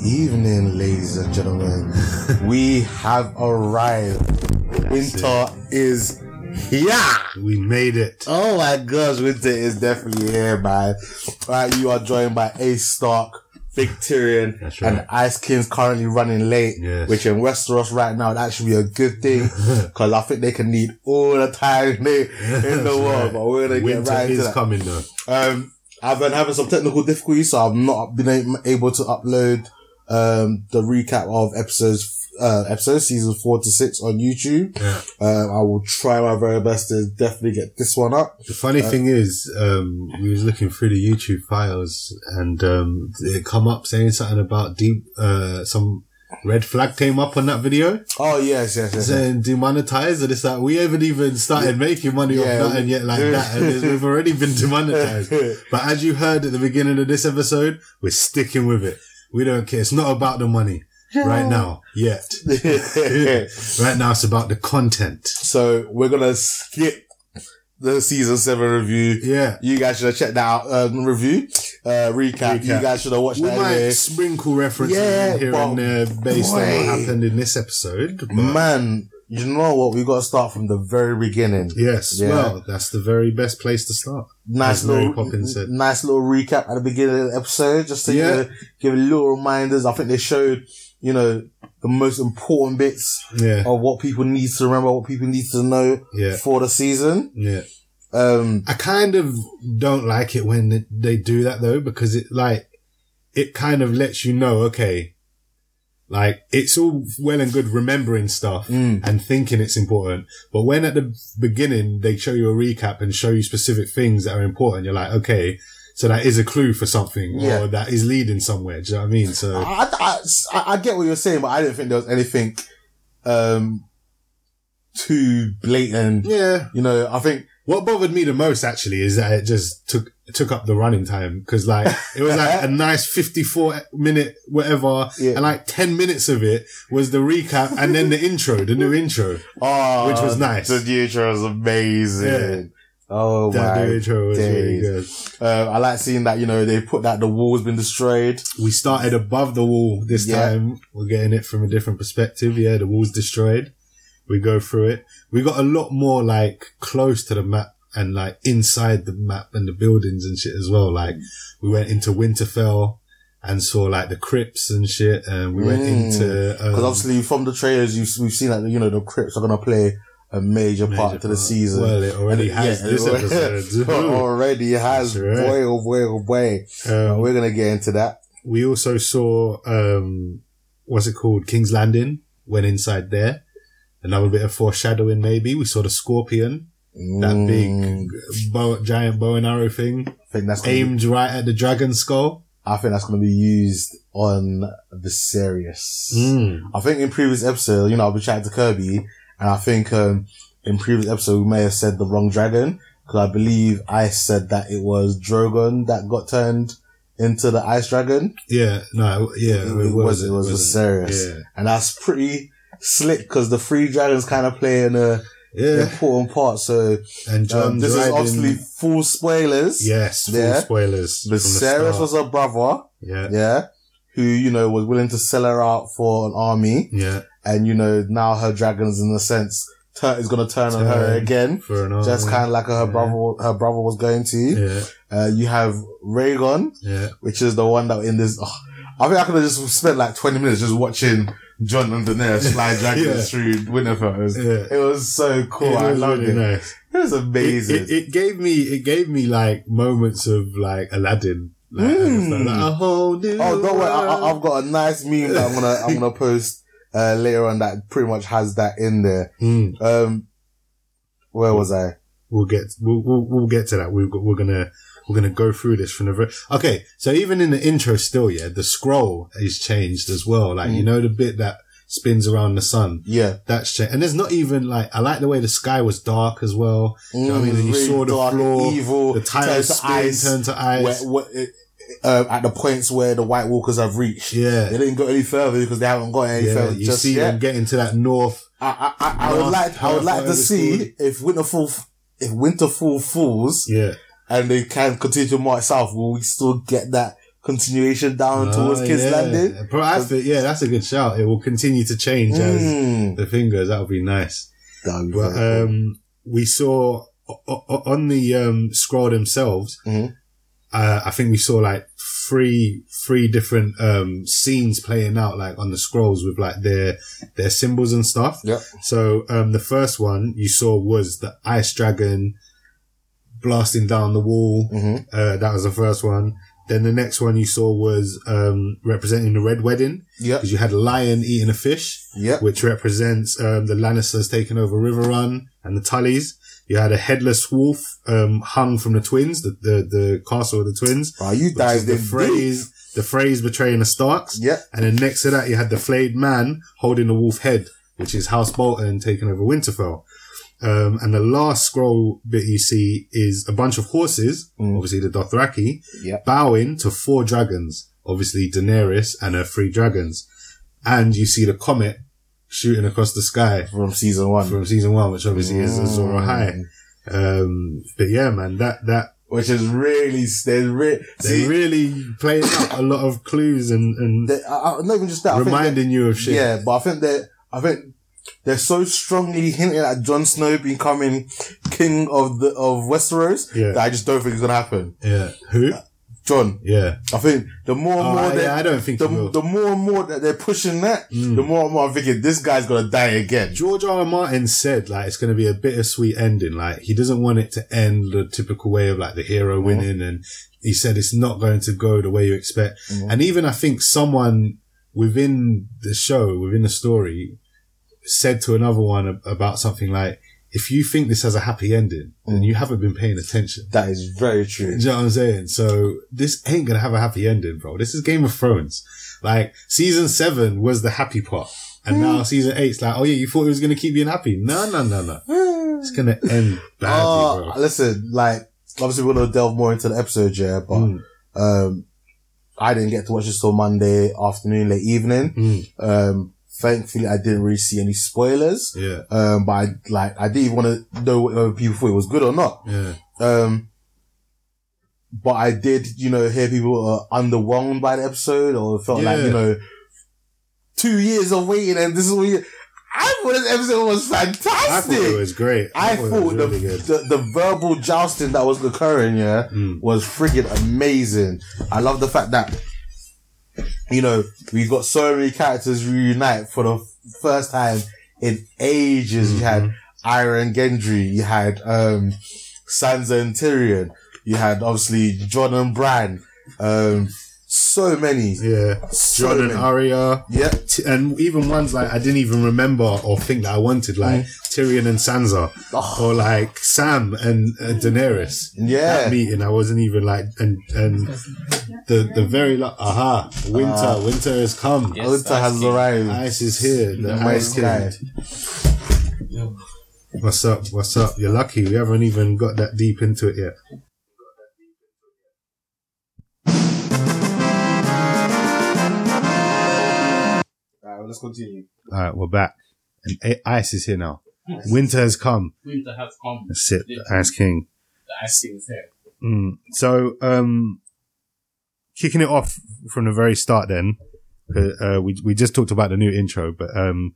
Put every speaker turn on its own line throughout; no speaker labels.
morning, ladies and gentlemen. we have arrived. Winter is here.
We made it.
Oh my gosh, winter is definitely here, man. Alright, you are joined by Ace Stark, Victorian,
That's right.
and Ice King's currently running late,
Yes.
which in Westeros right now would actually be a good thing because I think they can need all the time they, in the world. But we're gonna
Winter
get right into
is
that.
coming though.
Um, I've been having some technical difficulties, so I've not been a- able to upload um the recap of episodes uh episodes season four to six on YouTube.
Yeah.
Um, I will try my very best to definitely get this one up.
The funny thing is, um, we was looking through the YouTube files and um, it come up saying something about deep. Uh, some red flag came up on that video
Oh yes, yes, yes. yes.
saying demonetized, and it's like we haven't even started making money
Yeah.
off nothing yet like that, and it's- we've already been demonetized. but as you heard at the beginning of this episode, we're sticking with it. We don't care. It's not about the money right now yet. Right now, it's about the content.
so we're gonna skip the season seven review.
Yeah.
You guys should have checked that out. Um, review, uh, recap. You
Recap.
guys should have watched
We
that.
might
anyway.
sprinkle references
Yeah,
in here
but
and there based on
boy.
what happened in this episode. but-
Man, you know what? We got to start from the very beginning.
yes,
Yeah.
well, that's the very best place to start.
nice
As Mary
little
Poppins said.
nice little recap at the beginning of the episode, just to
Yeah.
you know, give little reminders. I think they showed, you know, the most important bits
Yeah,
of what people need to remember, what people need to know
yeah,
for the season.
yeah.
Um,
I kind of don't like it when th- they do that though, because it like, it kind of lets you know, okay, like it's all well and good remembering stuff
Mm.
and thinking it's important. But when at the beginning they show you a recap and show you specific things that are important, you're like, okay, so that is a clue for something
Yeah.
or that is leading somewhere. Do you know what I mean? So.
I, I, I- I get what you're saying, but I didn't think there was anything, um, too blatant.
Yeah.
You know, I think
What bothered me the most actually is that it just took took up the running time because like it was like a nice 54 minute whatever
Yeah.
and like 10 minutes of it was the recap and then the intro the new intro
oh,
Which was nice.
The future was amazing.
Yeah.
Oh
that
my
new intro was really
days.
good
Uh, I like seeing that, you know, they put that the wall's been destroyed.
we started above the wall this
Yeah.
time we're getting it from a different perspective yeah the wall's destroyed we go through it we got a lot more like close to the map and like inside the map and the buildings and shit as well like we went into winterfell and saw like the crypts and shit and we went
Mm.
into um,
Because obviously, from the trailers, you've, we've seen that, you know, the Crips are going to play a major,
major
part to the
part.
season.
well it already
And-
has
yeah,
this
it already-
episode
already has.
That's right.
Boy, oh boy, oh boy.
Um,
We're going to get into that.
we also saw um what's it called king's landing went inside there another bit of foreshadowing maybe we saw the scorpion that
Mm,
big bow, giant bow and arrow thing
I think that's gonna be,
aimed right at the dragon skull
I think that's going to be used on Viserys.
Mm.
I think in previous episode, you know, I've been chatting to Kirby, and I think um, in previous episode we may have said the wrong dragon because I believe I said that it was Drogon that got turned into the ice dragon.
yeah no yeah
it, was it was
wasn't
Viserys,
it?
and that's pretty slick because the three dragons kind of play an uh,
yeah yeah
important part. So
and John
um, this is
Dryden-
obviously full spoilers.
yes full
Yeah.
spoilers from the
Viserys
start.
was a brother,
yeah
yeah, who you know was willing to sell her out for an army.
yeah
and you know now her dragons in a sense tur is going to turn on her
Turn.
again
for an arm.
just kind of like her
Yeah.
brother her brother was going to
yeah
uh, you have Rhaegon
yeah
which is the one that in this oh, I think I could have just spent like 20 minutes just watching John and Daenerys fly dragons
Yeah.
through Winterfell it was,
yeah
it was so cool I
was
loved
really
it
nice.
it was
it,
amazing
it, it gave me it gave me like moments of like Aladdin, like, and it's like,
Mm.
like, a whole new.
oh don't worry I, I-
world.
I've got a nice meme that I'm gonna I'm gonna post uh, later on that pretty much has that in there
Mm.
um where was I
We'll get we'll, we'll we'll get to that. We've got, we're gonna we're gonna go through this from the very okay. So even in the intro, still yeah, the scroll is changed as well. Like you
Mm.
know the bit that spins around the sun.
yeah
That's changed, and there's not even like I like the way the sky was dark as well. know what I mean? And you saw the floor,
Mm, evil,
The tiles
turns to
spin
ice,
turned to ice.
where, where, it, uh, at the points where the White Walkers have reached. They
yeah.
didn't go any further because they haven't got any
Yeah,
further
you
just
see
yet.
them getting to that north.
I, I, I, I would
Last
like, I would like to
powerful
see
episode.
if Winterfell, f- if Winterfell falls
Yeah,
and they can continue to march south, will we still get that continuation down towards
Ah,
Kids
yeah.
Landing.
But I think- yeah, that's a good shout. It will continue to change as
Mm.
the fingers. That would be nice.
That'd be
But
very cool.
um, we saw o- o- on the um, scroll themselves.
Mhm.
Uh, I think we saw like three three different um, scenes playing out like on the scrolls with like their their symbols and stuff.
Yep.
So um, the first one you saw was the ice dragon blasting down the wall.
Mhm.
Uh, that was the first one. Then the next one you saw was um, representing the red wedding
Yep.
because you had a lion eating a fish
Yep.
which represents um, the Lannisters taking over River Run and the Tullys. You had a headless wolf um, hung from the twins, the, the, the castle of the twins.
Wow, you
Which is
dived
the
in deep.
phrase, the phrase betraying the Starks.
Yep.
And then next to that, you had the flayed man holding the wolf head, which is House Bolton taking over Winterfell. Um, and the last scroll bit you see is a bunch of horses,
Mm.
obviously the Dothraki,
Yep.
bowing to four dragons, obviously Daenerys and her three dragons. And you see the comet shooting across the sky
From season one.
from season one, which obviously is Azor
Mm.
Ahai. Um, but yeah, man, that, that,
Which is really, they're re-
they
see,
really played out a lot of clues and, and
they- I- I- not even just that. I think they-
reminding you of shit.
Yeah, but I think that I think they're so strongly hinting at Jon Snow becoming king of the of Westeros
Yeah.
that I just don't think it's gonna happen.
Yeah. Who?
John,
Yeah.
I think the more and
Oh,
more
I,
that
yeah, I don't think he
the,
will. Mm.
the more and more that they're pushing that, the more and more I'm thinking this guy's gonna die again.
George R. R. Martin said like it's going to be a bittersweet ending. Like he doesn't want it to end the typical way of like the hero winning, and he said it's not going to go the way you expect.
Mhm.
And even I think someone within the show, within the story, said to another one ab- about something like, "If you think this has a happy ending, then you haven't been paying attention."
That is very true.
Do you know what I'm saying? So this ain't gonna have a happy ending, bro. This is Game of Thrones. Like season seven was the happy part, and
Hmm.
now season eight's like, oh yeah, you thought it was gonna keep being happy? No, no, no, no. It's gonna end badly,
Oh,
bro.
listen, like obviously we're gonna delve more into the episode, yeah, but
Mm,
um, I didn't get to watch this till Monday afternoon, late evening.
mm,
Um, thankfully, I didn't really see any spoilers.
yeah,
Um, but I, like, I didn't even want to know whether people thought it was good or not.
yeah,
Um, but I did, you know, hear people were underwhelmed by the episode or felt like,
Yeah.
you know, two years of waiting and this is what you, I thought this episode was
I thought it
fantastic.
was great.
I thought,
it was
the,
really good.
the, the verbal jousting that was occurring, yeah,
Mm.
was friggin' amazing. I love the fact that, you know, we got so many characters reunite for the f- first time in ages. You had
Mm-hmm.
Ira and Gendry, you had, um, Sansa and Tyrion, you had obviously John and Bran, um, so many.
Yeah,
So
Jordan
many.
Arya.
Yep.
T- and even ones like I didn't even remember or think that I wanted, like
Hmm.
Tyrion and Sansa,
Oh,
or like Sam and uh, Daenerys. that
yeah.
meeting. I wasn't even like, and and the the very like, aha, winter,
Ah.
winter has come.
Yeah.
Alta
Ice
has
King.
arrived.
Ice is here. The
My
ice
sky.
king. What's up? What's up? You're lucky. We haven't even got that deep into it yet.
Alright, well, let's continue.
All right, we're back. And i- ice is here now. Winter has come.
Winter has come.
That's it. The ice king.
The ice king is here.
Mm. So, um, kicking it off from the very start, then uh, uh, we we just talked about the new intro, but um,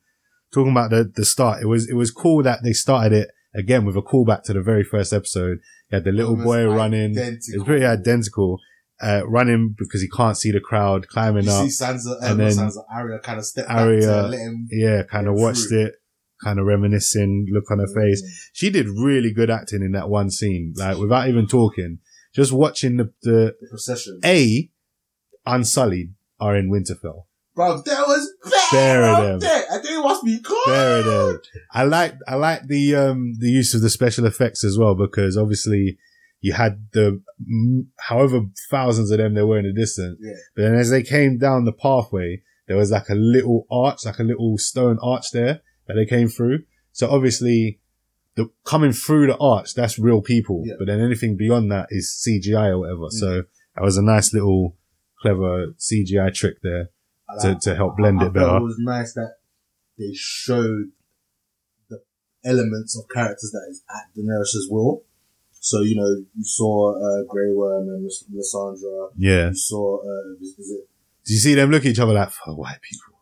talking about the the start, it was it was cool that they started it again with a callback to the very first episode. You had the little
Almost
boy running;
identical.
it's pretty identical, uh, running because he can't see the crowd climbing
You
up.
see Sansa, uh,
And
not
then
Sansa, Arya kind of step back
Arya-
to let him
Yeah, kind of
Yeah,
watched
true.
it, kind of reminiscing, look
Mm.
on her face. She did really good acting in that one scene, like without even talking, just watching the the
the procession.
A, Unsullied are in Winterfell.
Bro, that was
Fair
bare
of them.
up there. I think it must be cold.
There it is. I like I like the um the use of the special effects as well because obviously you had the mm, however thousands of them there were in the distance,
Yeah.
but then as they came down the pathway, there was like a little arch, like a little stone arch there that they came through. So obviously. The, coming through the arch, that's real people.
Yeah. Mm.
But then anything beyond that is CGI or whatever. So that was a nice little clever CGI trick there
And
to,
I-
to help blend
I
it
thought
better.
It was nice that they showed the elements of characters that is at Daenerys' will.
So you know, you saw uh, Grey Worm and Lys- Lysandra.
Yeah.
You saw uh, is, is it?
Do you see them look at each other like, "Fuck, white people?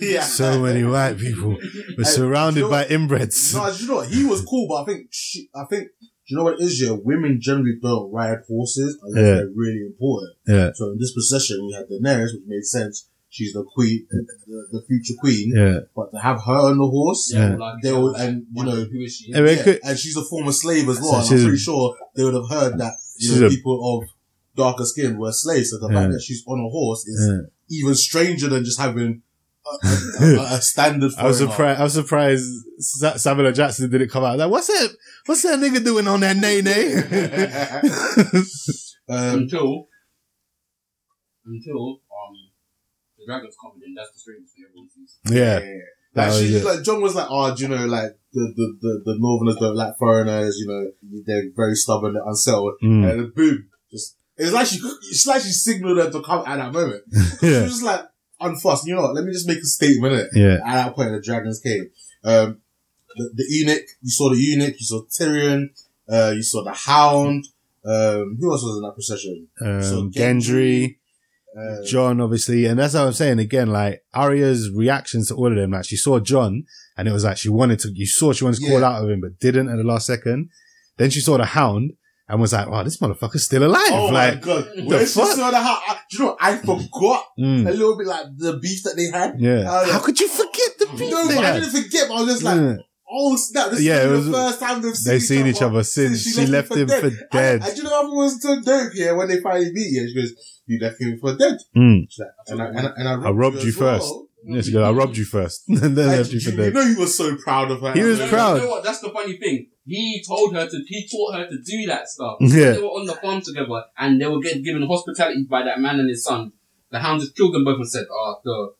yeah. Uh,
So many white people. We're surrounded
you know-
by inbreds.
No, do you know what? He was cool, but I think she, I think do you know what it is? Yeah, women generally don't ride horses unless
Yeah.
they're really important.
yeah.
So in this procession, we had Daenerys, which made sense. She's the queen, the, the future queen.
Yeah.
But to have her on the horse,
Yeah.
like,
they would, and you know,
who is she?
And we
Yeah,
could-
and she's a former slave as
So
well. and
she's
I'm
a-
pretty sure they would have heard that you
she's
know,
a-
people of darker skin were slaves. So the
Yeah.
fact that she's on a horse is
yeah.
even stranger than just having a, a, a, a standard.
I was
foreigner.
surprised. I was surprised Sa- Samuel L. Jackson didn't come out. Like, what's that? What's that nigga doing on that nay nay?
um,
until until um the dragons come in, that's the strangest thing everyone sees.
Oh, yeah,
like,
That was
she's
it.
like John was like, oh, do you know, like the, the, the, the Northerners don't like foreigners. You know, they're very stubborn, they're unsettled,
Mm.
and boom, just it's like she it's like she signaled her to come at that moment. She
yeah,
was just like, unfussed. You know what? Let me just make a statement. Innit?
yeah,
at that point the dragons came. Um, the, the eunuch, you saw the eunuch, you saw Tyrion, uh, you saw the hound. Um, who else was in that procession?
um,
So
Gendry,
Uh,
John, obviously, and that's what I'm saying again. Like Arya's reactions to all of them, like she saw John, and it was like she wanted to. You saw she wanted to call
Yeah.
out of him, but didn't at the last second. Then she saw the Hound and was like, "Wow, this motherfucker's still alive!"
oh my
like,
god! When she
fuck?
saw the hound, I, do you know? what? I forgot
mm,
a little bit like the beef that they had.
Oh, yeah.
Uh,
How could you forget the beat?
No, but I didn't forget. But I was just like, oh snap! This
Yeah,
is
it
the
was-
first time they've seen
They've seen each other
since
since she left him for
And-
dead.
And, do you know, everyone was so dope. Yeah, when they finally meet, yeah, she goes, "You left him for dead,"
Mm.
She's like, and, I, and, I, and I robbed,
robbed you
as
first.
well."
Yeah, she goes, I robbed you first. and then
Like,
left you for
you,
dead.
know he was so proud of her.
He was
No, no,
proud.
You know what? That's the funny thing. He told her to. He taught her to do that stuff.
Yeah.
They were on the farm together, and they were get, given hospitality by that man and his son. The hound just killed them both and said, "Ah, the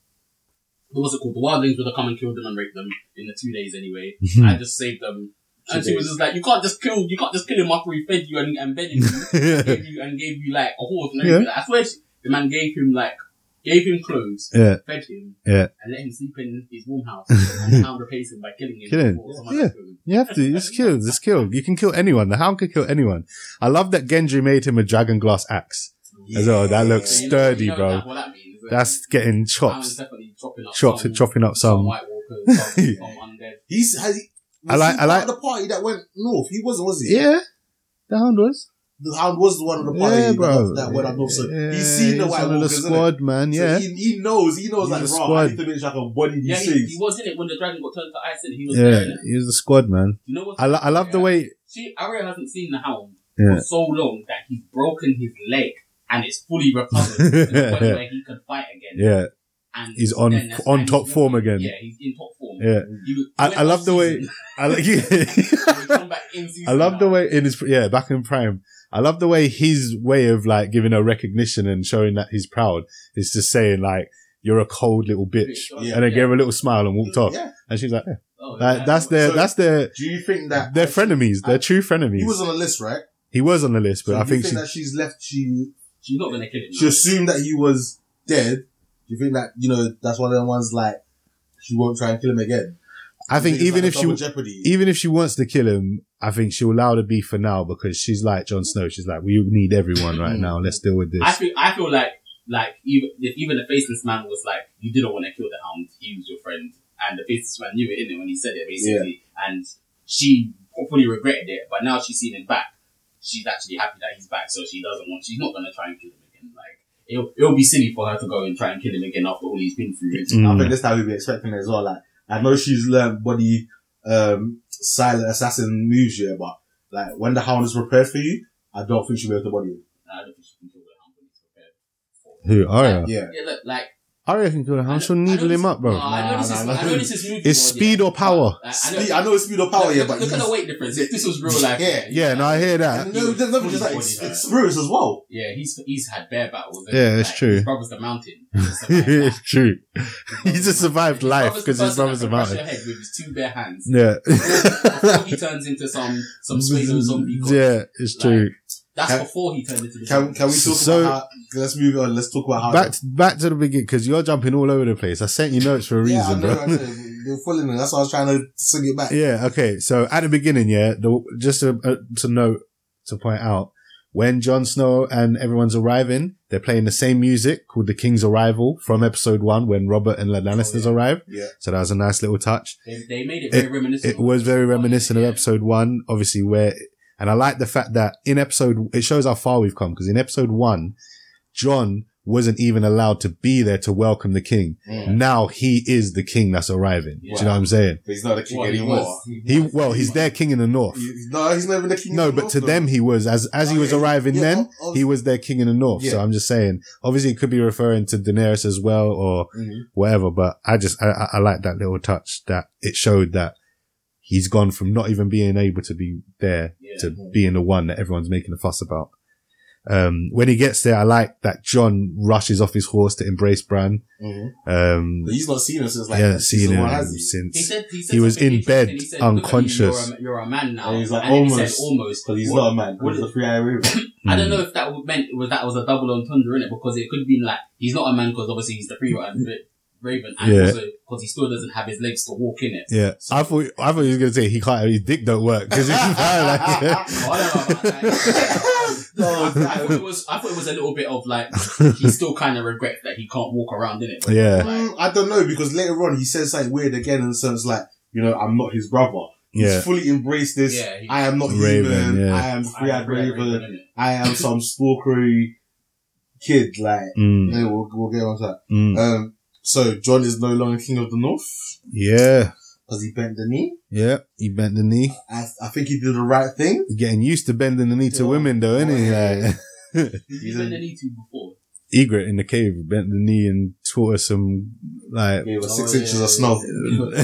the what's it called? The wildlings would have come and killed them and raped them in the two days anyway.
Hmm.
I just saved them." And she was just like, "You can't just kill. You can't just kill him after he fed you and, and bedded you."
yeah.
gave you and gave you like a horse and everything. I swear she- the man gave him like gave him clothes,
Yeah.
fed him,
Yeah.
and let him sleep in his warm house and now replace him by killing him.
Kill him.
before someone else killed him.
You have to. Just kill. Just kill. You can kill anyone. The hound could kill anyone. I love that Gendry made him a dragon glass axe. As well, "Oh, that looks-
So you know-
Sturdy,
you know
bro.
that- what that means, right?
That's getting
Now he's
Oh,
chops.
definitely chopping up
Chops,
some-
chopping up
some
some.
White Walkers, some, some undead.
He's has he.
I
was
like-
he
I like-
part of the party that went north. He wasn't, was he?
Yeah. The hound was.
The hound was one of the party
Yeah,
that-
bro.
that went up north. So
Yeah,
he's seen the
he's
white
one of the
walkers. innit?
squad, man.
So
Yeah.
he, he knows. He knows
He's
like
the
raw.
squad.
I need to make sure I can body
Yeah,
these
he, he
things.
was in it when the dragon got turned to ice. And he was
Yeah.
there. innit?
He was the squad, man.
You know what?
I, lo- I love the way.
She, Arya hasn't seen the hound
Yeah.
for so long that he's broken his leg and it's fully recovered to the point where he can fight again.
Yeah.
and
He's on-
then that's-
on
and
top
he's-
form again.
Yeah, he's in top form.
Yeah.
You-
I-
you
I love the way-
season,
I like.
you come back in season
I love the
now.
way in his yeah back in prime. I love the way his way of like giving her recognition and showing that he's proud is just saying like you're a cold little bitch,
Yeah.
Yeah.
and then gave her a little smile and walked off.
Yeah.
And she's like, yeah.
Oh,
Like, that's their
So-
that's their
Do you think that
their frenemies, their true frenemies.
He was on the list, right?
on the list, but
So
I
do
think
you
she
think that she's left. She
She's not gonna kill him.
she assumed that he was dead. Do you think that you know that's one of them ones like she won't try and kill him again?
I think
it's
even
like
if
a
she e-
double jeopardy.
even if she wants to kill him, I think she'll allow the beef for now because she's like Jon Snow. She's like, we need everyone
Mm.
right now. Let's deal with
I
this.
feel. I feel like like even if even the faceless man was like, you didn't want to kill the hound. He was your friend, and the faceless man knew it in it when he said it basically, and she probably regretted it. But now she's seen him back. She's actually happy that he's back, so she doesn't want. She's not gonna try and kill him again. Like it'll, it'll be silly for her to go and try and kill him again after all he's been through.
I
Mm.
think this time we'd be expecting it as well. Like, I know she's learned body um, silent assassin moves here, but like when the hound is prepared for you, I don't think she'll be able to body you.
I don't think she can kill the hound when he's prepared.
Who Arya?
Yeah.
Yeah, look, like
Arya can kill him. She'll
I know- I know
needle
this-
him up, bro.
Oh,
Nah, I know this is-
Nah, nah,
I
nah.
know this is movie
It's
world,
speed
yeah,
or power?
but, like, I know-
Speed, I know it's speed of power,
look,
yeah,
look-
but
Look at
he's-
the weight difference. If this was real life,
Yeah.
Yeah, no, I hear that.
And no, there's nothing just like ex- experience as well.
Yeah, he's he's had bear battles.
Yeah,
Like,
it's true.
His brother's the mountain. His
it's true. He just survived life because his brother's a
the person
mountain.
that can crush your head
Yeah.
with his two bare hands. Before he turns into some some pseudo zombie. god.
yeah, it's true.
That's
Can-
before he turned into the
Can,
zombie.
can we talk
So-
about how, let's move on, let's talk about how.
Back back to the beginning because you're jumping all over the place. I sent you notes for a
yeah,
reason,
I know,
bro.
I know, you're following me, that's why I was trying to sing it back.
Yeah. Okay. So at the beginning, yeah, the, just a, a, uh, to note to point out when Jon Snow and everyone's arriving, they're playing the same music called The King's Arrival from episode one when Robert and the Lannisters
Oh, yeah.
arrive.
Yeah.
So that was a nice little touch.
They, they made it very reminiscent.
It was very reminiscent of
Yeah.
episode one, obviously, where, and I like the fact that in episode, it shows how far we've come because in episode one, John wasn't even allowed to be there to welcome the king.
Mm.
Now he is the king that's arriving. Do you know what I'm saying?
But he's not the king
What he
anymore.
was.
He, well, he's their king in the north.
He- no, he's not even the king.
No,
of the
but to
North,
them
though.
he was as as he was
Yeah,
arriving
yeah,
then
ob- ob-
he was their king in the north. So
Yeah.
I'm just saying, obviously it could be referring to Daenerys as well or
Mhm.
whatever. But I just I, I- I like that little touch that it showed that he's gone from not even being able to be there
Yeah.
to being the one that everyone's making a fuss about. Um, when he gets there, I like that John rushes off his horse to embrace Bran.
Mhm.
Um,
But he's not seen us since like
yeah,
season
seen
one,
him
has he?
He,
since.
said, he, said
He was
something
in bed,
interesting. He said, "Look at you,
unconscious."
You're a, you're a man now.
And he's like,
then He
"Almost."
said, almost.
Because he's
What-
not a man.
what-
Because the three I agree with.
I
Hmm.
don't know if that would meant it was that was a double entendre in it because it could be like he's not a man because obviously he's the free rider but Raven and
Yeah.
also because he still doesn't have his legs to walk in it.
Yeah, I thought I thought he was gonna say he can't. His dick don't work because he's like,
So Oh, I don't know about that.
Oh,
I, I thought it was I thought it was a little bit of like he still kind of regrets that he can't walk around in it.
yeah,
Mm, I don't know because later on he says something weird again and so it's like, you know, I'm not his brother.
yeah.
He's fully embraced this.
Yeah, he-
I am not
Raven,
human.
yeah.
I am free
I
eyed
regret
Raven.
Raven, innit?
I am some stalkery kid. Like,
Mm,
no, we'll, we'll get on to
mm.
that. Um, so John is no longer king of the north
Yeah,
because he bent the knee.
yeah. He bent the knee.
I, I think he did the right thing.
He's getting used to bending the knee to
Yeah.
women, though, isn't he?
Yeah.
Like,
Did
He's
you bend
a-
the knee to before?
Egret in the cave bent the knee and taught us some like.
It was
six
six inches of snow.
No,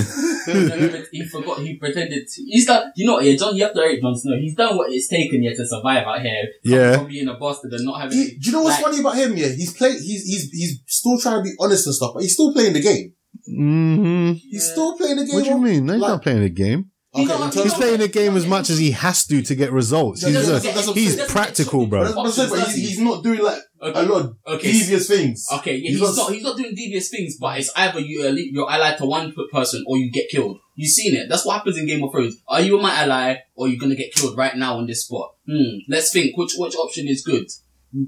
no, no, but he forgot. He pretended. To, he's done. You know, what, yeah, John. You have to rate John Snow. He's done what it's taken here to survive out here.
Yeah.
from being a bastard and not having.
He- do you know what's
Like-
funny about him? Yeah, he's play. He's he's he's still trying to be honest and stuff, but he's still playing the game.
hmm
He's
Yeah.
still playing the game.
What do you
on-
mean? No, he's
like-
not playing a game.
Okay,
He's not-
in
he's
terms
He's
of-
not-
playing a game as much as he has to to get results.
Yeah,
He's
yeah,
a,
yeah. that's-
he's
that's-
practical, bro.
but that's what I'm saying, but he's, he's not doing like a
Okay.
lot of
Okay.
devious things.
Okay, yeah,
He's
he's,
not-
not he's not doing devious things, but it's either you elite, you're allied to one person or you get killed. You've seen it. That's what happens in Game of Thrones. Are you my ally or you're gonna get killed right now on this spot? Hmm. Let's think which which option is good.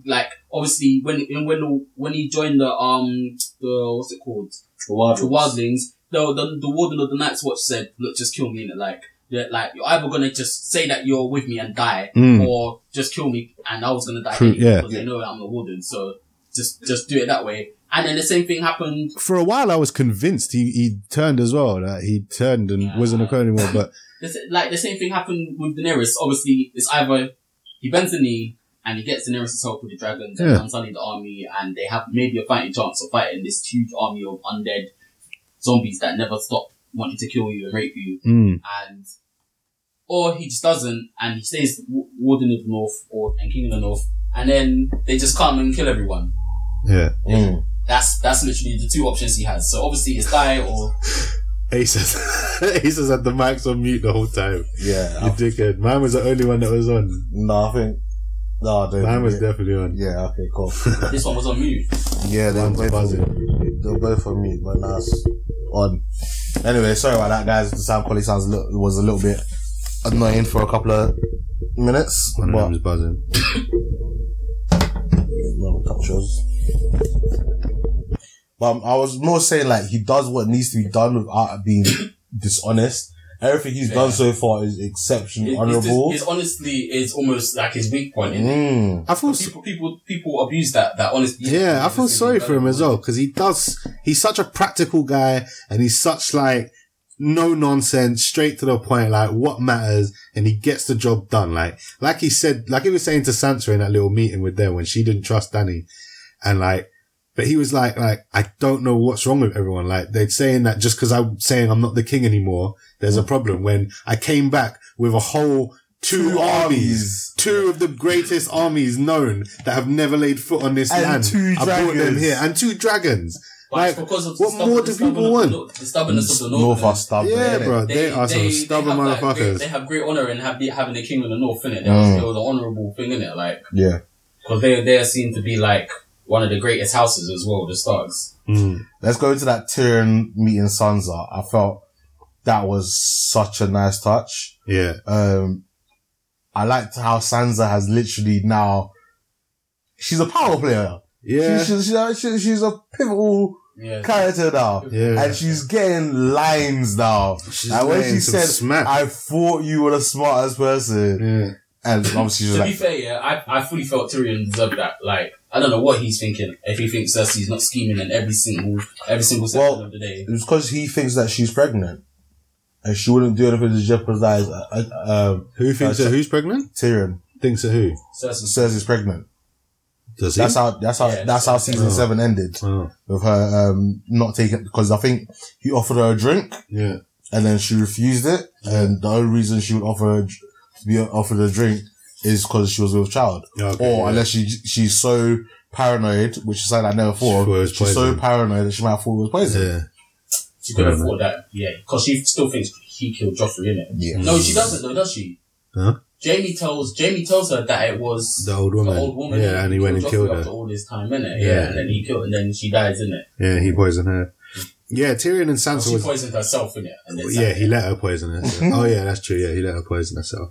Like obviously when when when he joined the um the what's it called
Wild
the wildlings, the, the the warden of the Night's Watch said, "Look, just kill me in it. Like, that, like you're either gonna just say that you're with me and die,
Mm.
or just kill me and I was gonna die.
True,
anyway,
yeah.
because they know that I'm the warden, so just just do it that way." And then the same thing happened.
For a while, I was convinced he, he turned as well. That he turned and
Yeah.
wasn't a crow anymore. But
The sa- Like the same thing happened with Daenerys. Obviously, it's either he bends the knee and he gets Daenerys' help with the dragons
Yeah.
and unsullied the army, and they have maybe a fighting chance of fighting this huge army of undead zombies that never stop wanting to kill you and rape you.
mm,
and or he just doesn't and he stays w- warden of the north or and king of the north and then they just come and kill everyone
yeah,
Mm.
that's that's literally the two options he has so obviously it's die or
Aces, Aces had the mics on mute the whole time.
Yeah.
Oh.
You
I-
dickhead. Mine was the only one that was on.
No, I think. No, I don't.
Mine was
yeah.
definitely on.
Yeah. Okay. Cool.
this one was on mute
yeah, they were
Mine's
both.
buzzing.
They were both for me, but now it's on. Anyway, sorry about that, guys. The sound quality sounds a little, was a little bit annoying for a couple of minutes,
One of
but
them's buzzing.
no captures. But um, I was more saying like he does what needs to be done without being dishonest. Everything he's done
Yeah.
so far is
It-
exceptionally
it's
honourable.
just- it's honestly is almost like his weak point isn't it?
Mm.
I feel,
people people people abuse that that honestly
yeah, I feel sorry for him as well because he does. He's such a practical guy, and he's such like no nonsense, straight to the point. Like what matters, and he gets the job done. Like like he said, like he was saying to Sansa in that little meeting with them when she didn't trust Danny, and like. But he was like, like, I don't know what's wrong with everyone. Like, they're saying that just because I'm saying I'm not the king anymore, there's a problem. When I came back with a whole two, armies two of the greatest armies known that have never laid foot on this
And
land.
two
I brought them
dragons.
here and two dragons.
But it's
Like,
because of
what more do people want?
the stubbornness of the
North are
north
stubborn.
yeah,
innit?
bro, they, are some stubborn
have that great-
motherfuckers.
they have great honor in have, having the king of the north in it.
Mm.
It was an honorable thing in it, like
Yeah.
Because they they seem to be like one of the greatest houses as well, the Starks.
Mm.
Let's go into that Tyrion meeting Sansa. I felt that was such a nice touch.
Yeah,
Um, I liked how Sansa has literally now, she's a power player.
Yeah.
She's, she's, she's, a- she- she's a pivotal
Yeah.
character now.
Yeah.
And she's getting lines now.
She's
and when
laying
she
some
said,
smack.
I thought you were the smartest person.
yeah.
And obviously she's
To be
like,
fair, yeah, I, I fully felt Tyrion deserved that. Like, I don't know what he's thinking if he thinks Cersei's not scheming in every single every single second
Well,
of the day.
it was because he thinks that she's pregnant. And she wouldn't do anything to jeopardize, uh, uh, um,
Who thinks
Uh,
of who's pregnant?
Tyrion.
Thinks of who?
Cersei's
Cersei's pregnant.
Does he?
That's how, that's how,
Yeah,
that's how season
Oh.
seven ended
oh,
with her, um, not taking, because I think he offered her a drink
yeah.
and then she refused it. And the only reason she would offer a, dr- to be offered a drink is because she was with child.
Yeah, okay,
or
Oh,
yeah.
unless she she's so paranoid, which is something I never thought
thought it
of.
was
She's so
poison.
paranoid that she might have thought it was poison.
Yeah.
She could have
Yeah,
thought that, yeah, because she still thinks he killed Joffrey, innit?
Yeah.
No, she doesn't though, does she?
Huh?
Jamie tells Jamie tells her that it was
The old woman.
the old woman.
Yeah, and he went and
Joffrey
killed
after
her.
all this time, innit? Yeah.
Yeah.
and then he killed, and then she dies, innit?
Yeah, he poisoned her. Yeah, Tyrion and Sansa
She
was
poisoned herself, innit? And then
yeah,
Sansa-
he let her poison herself. oh yeah, that's true. Yeah, he let her poison herself.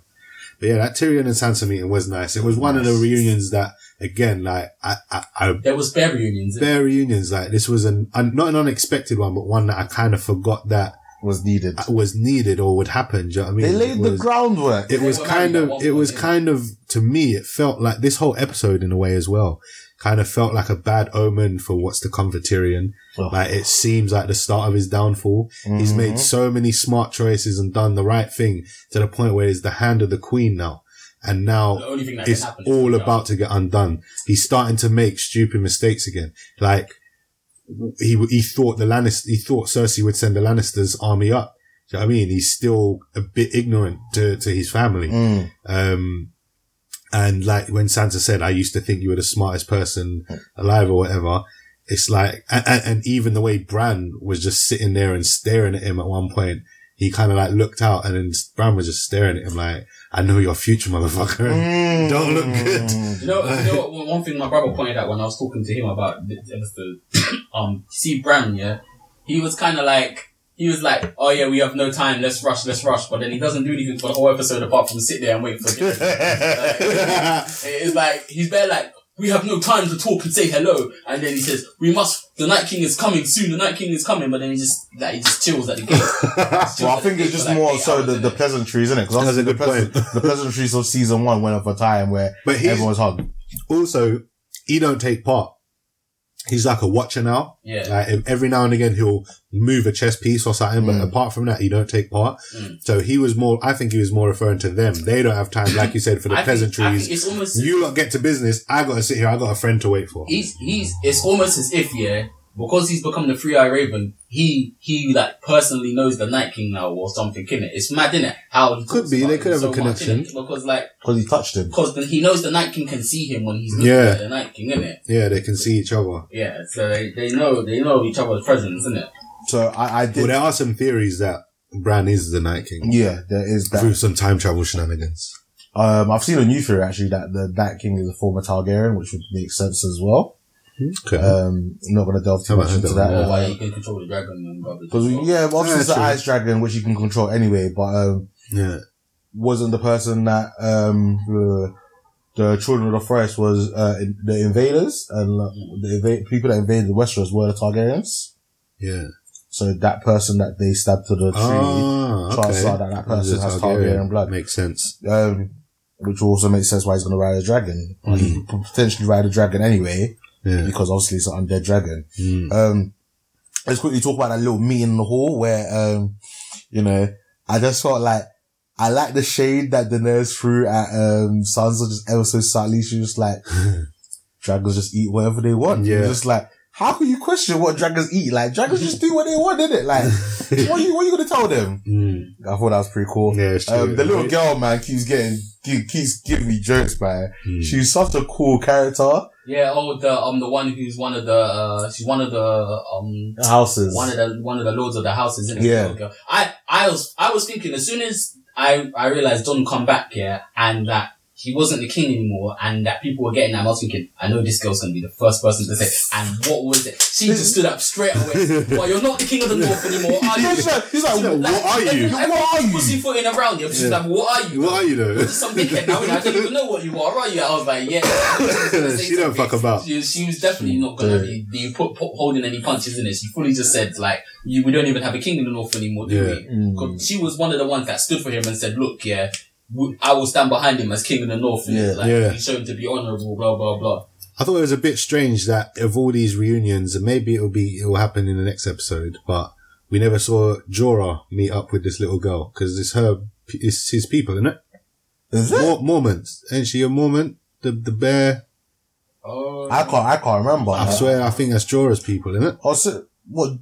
But yeah, that Tyrion and Sansa meeting was nice. It was one of the reunions that, again, like I, I, I
there was bear reunions. innit?
bare reunions. Like this was an un, not an unexpected one, but one that I kind of forgot that
Was needed.
was needed or would happen. Do you know what I mean?
They laid
It
the
was-
groundwork.
it
They
was
were
kind
married at
of
one
it
point,
was
yeah.
kind of to me it felt like this whole episode in a way as well kind of felt like a bad omen for what's to come for Tyrion
Oh.
like it seems like the start of his downfall he's made
Mm-hmm.
so many smart choices and done the right thing to the point where he's the hand of the queen now and now
The only thing that
it's
can happen is
all
to die.
about to get undone. He's starting to make stupid mistakes again. Like he he thought the Lannister, he thought Cersei would send the Lannisters army up. Do you know what I mean? He's still a bit ignorant to, to his family.
Mm.
Um, and like when Santa said, I used to think you were the smartest person alive or whatever. It's like, and, and, and even the way Bran was just sitting there and staring at him at one point, he kind of like looked out and then Bran was just staring at him like, I know your future, motherfucker.
Mm.
Don't look good.
You know, you know what, one thing my brother pointed out when I was talking to him about the episode, um, see Bran, yeah, he was kind of like, he was like, oh yeah, we have no time, let's rush, let's rush, but then he doesn't do anything for the whole episode apart from sit there and wait for It's like, he's there like, we have no time to talk and say hello, and then he says, we must, the Night King is coming soon, the Night King is coming, but then he just, like, he just chills at the gate.
well, I think it's just more so the, the pleasantries, isn't it? Because
That's a
the,
good
pleasant- the pleasantries of season one went up a time where
But he's-
everyone's hugged.
also, he don't take part. He's like a watcher now.
Yeah.
Like if- every now and again, he'll move a chess piece or something,
Mm.
but apart from that, he don't take part.
Mm.
So he was more. I think he was more referring to them. They don't have time, like you said, for the
I think- I
pleasantries.
think it's almost
you lot get to business. I got to sit here. I got a friend to wait for.
he's he's it's almost as if yeah because he's become the three eye raven he he like personally knows the night king now or something innit? it's mad innit how he
Could
talks
be,
about
they
him
could have a
much,
connection.
innit? because like
Because he touched him.
because he knows the night king can see him when he's looking
Yeah.
at the night king innit?
Yeah, they can see each other.
yeah so they, they know they know each other's presence innit?
So I, I
Well,
did.
there are some theories that Bran is the Night King
yeah, there is that.
through some time travel shenanigans.
Um, I've seen a new theory actually that the Night King is a former Targaryen, which would make sense as well.
Okay.
Um, I'm not going to delve too
Haven't
much
heard
into
that
that.
one,
or
or
why
why-
he can control the dragon and blah, blah, blah.
Because yeah, well, obviously
Yeah,
it's the
true.
ice dragon, which you can control anyway. But um,
yeah.
wasn't the person that um the, the Children of the Forest was uh, in- the invaders and uh, the inva- people that invaded Westeros were the Targaryens.
Yeah.
So that person that they stabbed to the tree,
Ah, okay.
chances are that Oh, that person
He's a
has Targaryen blood.
Makes sense.
um, which also makes sense why he's going to ride a dragon. Like, he could potentially ride a dragon anyway
Yeah.
because obviously it's an undead dragon.
Mm.
Um, let's quickly talk about that little meeting in the hall where, um, you know, I just felt like I like the shade that Daenerys threw at um, Sansa just ever so slightly. She was like, dragons just eat whatever they want.
Yeah.
Yeah. Just like, how can you question what dragons eat? Like dragons just do what they want, did it? Like, what are you what are you gonna tell them?
Mm.
I thought that was pretty cool.
Yeah, it's true.
Um, the little
Right.
girl man keeps getting ke- keeps giving me jokes, man.
Mm.
She's such a cool character.
yeah oh the um the one who's one of the uh she's one of the um
Houses.
one of the one of the lords of the houses in
Yeah.
I I was I was thinking as soon as I I realized Don come back here and that he wasn't the king anymore, and that people were getting that. And I was thinking, I know this girl's gonna be the first person to say. And what was it? She just stood up straight away. Well, you're not the king of the north anymore, are you?
He's like, he's like, what are you?
Everyone,
What are you?
pussyfooting around you. I'm just like, what are you?
What are you though?
Just some dickhead. I mean, I don't even know what you are, are you? I was like, yeah.
she don't fuck about.
She, she was definitely not gonna be, be put, put holding any punches in it. She fully just said like, you, we don't even have a king in the north anymore, do
Yeah. Mm.
we? 'Cause She was one of the ones that stood for him and said, look, yeah, w- I will stand behind him as king in the north.
Yeah.
like,
Yeah.
You show him to be honourable, blah blah blah.
I thought it was a bit strange that of all these reunions, and maybe it'll be it'll happen in the next episode, but we never saw Jorah meet up with this little girl because it's her, it's his people, isn't it?
Is it?
Mor- Mormons, ain't she a Mormon? The the bear.
Oh,
I can't. I can't remember.
I swear, I think that's Jorah's people, isn't it?
Also, what?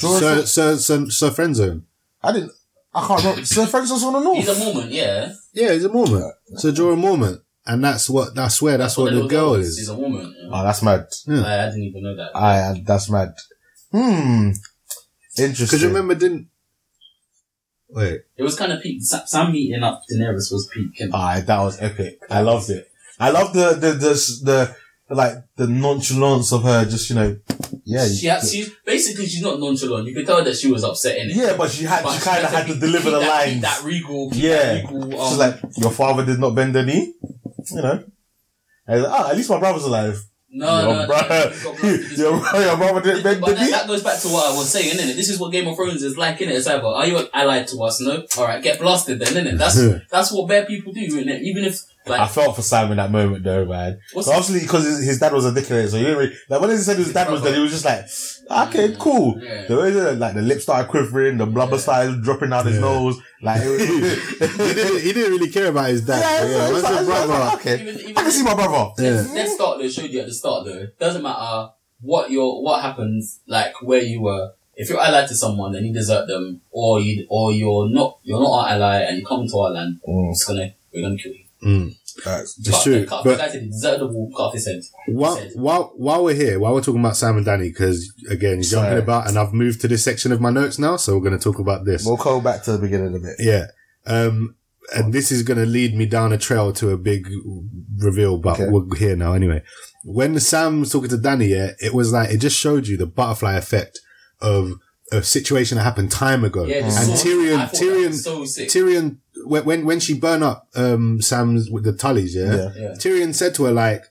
Jorah
Sir,
Fr-
Sir, Sir, Sir Friendzone.
I didn't. I can't remember. Sir Francis on the
he's a
north.
Mormon, yeah.
Yeah, he's a Mormon. So Jorah Mormon, and that's what I swear that's, what the
little
girl
She's
is.
a woman. yeah.
Oh, that's mad.
Yeah.
I, I didn't even know that.
I. I- That's mad. Hmm.
Because
Interesting.
remember, didn't wait?
It was kind of peak. Sam, Sam meeting up Daenerys was peak. And
Ah, that was epic. I loved it. I loved the the the, the like the nonchalance of her. Just you know, yeah.
she had, she's basically she's not nonchalant. You could tell that she was upset in it.
yeah, but she had. she kind of had to deliver the
that,
lines.
That regal, keep
Yeah.
that regal, um,
She's like, your father did not bend the knee. You know. And, ah, at least my brother's alive.
no,
your,
no,
brother,
no, no,
your, your brother didn't bend
But
the
that,
knee.
that goes back to what I was saying, innit? This is what Game of Thrones is like, innit? It's either, are you an ally to us? No? Alright, get blasted then, innit? That's, that's what bad people do, innit? Even if,
I
like,
felt for Sam in that moment though, man.
What's-
So obviously, because his, his dad was a dickhead, so he didn't really, like when he said his dad was dead, he was just like, okay, cool.
Yeah.
The way that, like the lips started quivering, the blubber started dropping out his
Yeah.
nose, like, it was-
he, didn't, he didn't really care about his dad.
yeah,
but yeah,
so
once
it's like-
your
it's like,
brother-
okay,
even, even
I can see my brother.
Yeah.
Let's start though, showed you at the start though. Doesn't matter what your what happens, like where you were. If you're allied to someone, then you desert them, or you or you're not you're not our ally, and you come to our land, we're just gonna we're gonna kill you.
Mm.
That's-
It's
Cut-
true,
Cut,
but-
the guy said he deserted the wall, cut off his head.
While,
He said-
while while we're here, while we're talking about Sam and Danny, because again, you're jumping
Sorry.
about, and I've moved to this section of my notes now, so we're going to talk about this.
We'll go back to the beginning a bit.
yeah, um, and this is going to lead me down a trail to a big reveal, but
Okay.
we're here now anyway. When Sam was talking to Danny, yeah, it was like it just showed you the butterfly effect of a situation that happened time ago,
Yeah,
and
the sword, I
Tyrion,
thought that
Tyrion,
was so sick.
Tyrion, when when- when she burn up um, Sam's with the Tullys,
Yeah.
yeah.
Tyrion said to her, like,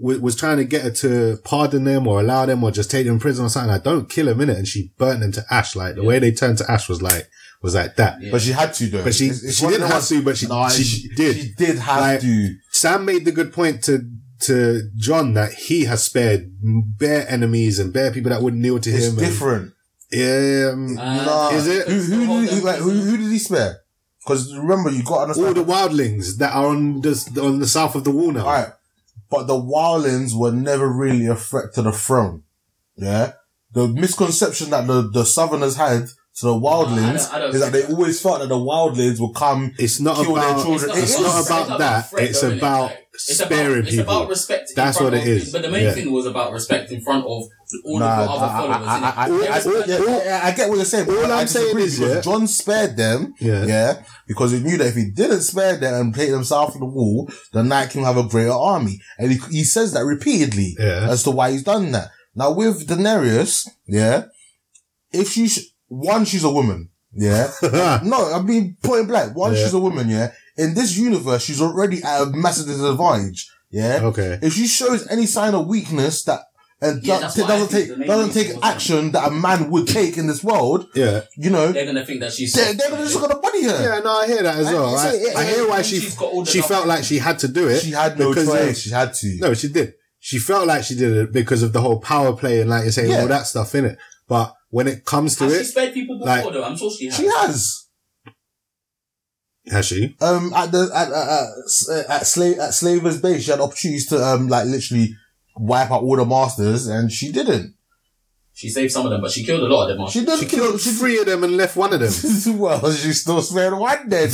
w- was trying to get her to pardon them or allow them or just take them in prison or something. Like, don't kill them in it. And she burnt them to ash. Like, the
Yeah.
way they turned to ash was like, was like that.
Yeah.
But she had to though.
But she- she
one of
didn't
the
have
ones-
to, but she- she did.
She did have
Like-
to.
Sam made the good point to, to John that he has spared bare enemies and bare people that would kneel to
It's
him.
different.
And, um,
Uh,
Nah.
Is it?
Who, who,
Hold
who,
on.
who, like, who, who did he spare? Because remember, you got to
all
understand.
the wildlings that are on the, on the south of the wall now.
All right, but the Wildlings were never really a threat to the throne. Yeah, the misconception that the the Southerners had to the Wildlings
I don't- I don't
is that they
think-
always felt that the Wildlings would come.
It's not
Kill their
about,
children.
it's,
It's
not
not-
about
it's not
that.
threat,
it's
though, innit?
about
Like, it's about-
sparing
it's
people.
about respect. in
That's
front
what it
of-
is.
But the main
Yeah.
thing was about respect in front of all
Nah,
of your other
I- I-
followers.
I- I- I-
innit? There
I-
was-
yeah, yeah, yeah, I get what you're saying.
All
but I
I'm saying
disagree
is,
because
yeah.
John spared them.
Yeah.
yeah, because he knew that if he didn't spare them and take them south of the wall, the Night King have a greater army, and he, he says that repeatedly
Yeah.
as to why he's done that. Now with Daenerys, yeah, if she sh- one, she's a woman, yeah. No, I mean point blank. One,
Yeah.
she's a woman. Yeah, in this universe, she's already at a massive disadvantage. Yeah,
okay.
if she shows any sign of weakness that and
Yeah,
that
that's what I
doesn't
think
take
the main
doesn't
reason
take
was that.
action that a man would take in this world,
Yeah.
you know,
They're gonna think that she's.
they're, they're gonna just gonna body her.
Yeah, no, I hear that as
I-
well.
it's-
I,
it-
I hear why
and
she
she's got all the
she
love.
felt like she had to do it.
She had no
because, uh,
choice. She had to.
no, she did. She felt like she did it because of the whole power play and like you're saying
Yeah.
all that stuff in it. But when it comes to
Has she
it,
spared people before
Like-
though? I'm sure she has.
She has.
has she?
Um, at the at at, at, at slave at Slaver's Bay, she had opportunities to um like literally wipe out all the masters, and she didn't.
She saved some of them, but she killed a lot of them.
She did
She
kill.
killed
She
three of them and left one of them.
well, she still spared one then.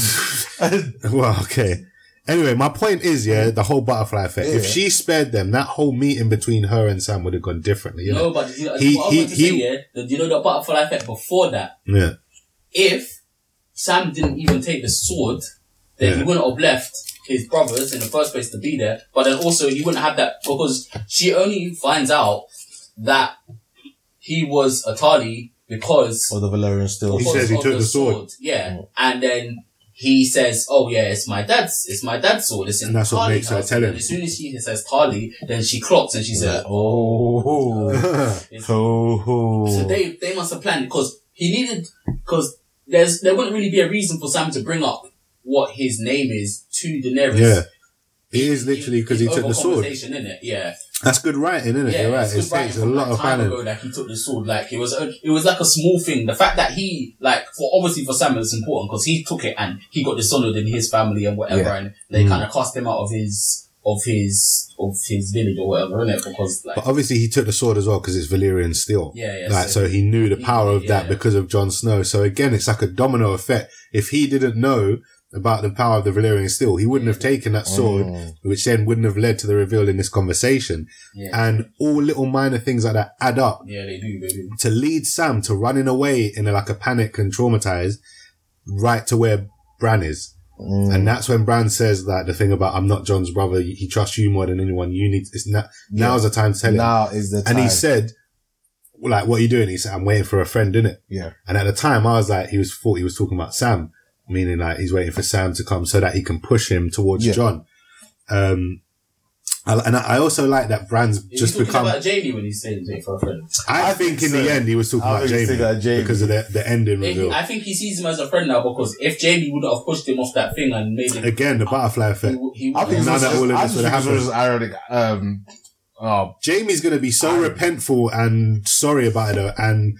well, okay. Anyway, my point is, yeah, the whole butterfly effect. If
Yeah.
she spared them, that whole meeting between her and Sam would have gone differently. You
No,
know?
but you know,
He-
what I
he-
was going to say,
he-
yeah, the, you know the butterfly effect before that.
Yeah.
If Sam didn't even take the sword then he
Yeah.
wouldn't have left his brothers in the first place to be there. But then also he wouldn't have that because she only finds out that he was a tardy because
Or Oh, the Valerian still.
He says he
of
took the sword. Mm.
Yeah, and then he says, "Oh yeah, it's my dad's. It's my dad's sword. It's in
And that's what
Tarly's
makes her
house."
tell him.
And as soon as she says Tarly, then she clocks and she says,
Oh.
it's
Oh.
so they they must have planned because he needed because there's there wouldn't really be a reason for Sam to bring up what his name is to Daenerys.
yeah. It is literally because he took the sword.
Innit? Yeah,
That's good writing, isn't it?
yeah.
You're right.
it's
It
good writing
takes a
from
lot
that
of
time
planning.
ago, Like he took the sword, like it was a, it was like a small thing. The fact that he like for obviously for Sam it's important because he took it and he got dishonored in his family and whatever,
Yeah.
and they
Mm.
kind of cast him out of his of his of his village or whatever, innit? Because like
But obviously, he took the sword as well because it's Valyrian steel.
yeah, yeah.
Like, so he knew the
he-
power of that
yeah.
because of Jon Snow. So again, it's like a domino effect. If he didn't know about the power of the Valyrian steel, he wouldn't have taken that sword,
Mm.
which then wouldn't have led to the reveal in this conversation.
yeah.
And all little minor things like that add up
yeah, they do, they do.
to lead Sam to running away in a, like a panic and traumatized right to where Bran is.
Mm.
And that's when Bran says that the thing about I'm not John's brother. He trusts you more than anyone. You need, it's not,
Yeah.
now's the time to tell him.
now is the time.
And he said, well, like, what are you doing? He said, I'm waiting for a friend, innit?
Yeah.
And at the time, I was like, he was thought he was talking about Sam, meaning like he's waiting for Sam to come so that he can push him towards
Yeah.
John. Um, I- and I I also like that Bran's
Is
just
he talking
become.
about Jamie when he's saying Jake for a friend.
I,
I
think,
think
in the
so.
end he was talking
I
about
think he's
Jamie,
thinking about Jamie.
because of the, the ending
Maybe-
reveal.
I think he sees him as a friend now because if Jamie wouldn't have pushed him off that thing and made him,
Again, the butterfly
he,
effect.
would- he
I
would
think
Now
it's
that
just,
all of
I
this
just
would
think it's
happen.
just ironic. Um, oh,
Jamie's going to be so
I-
repentful and sorry about it, and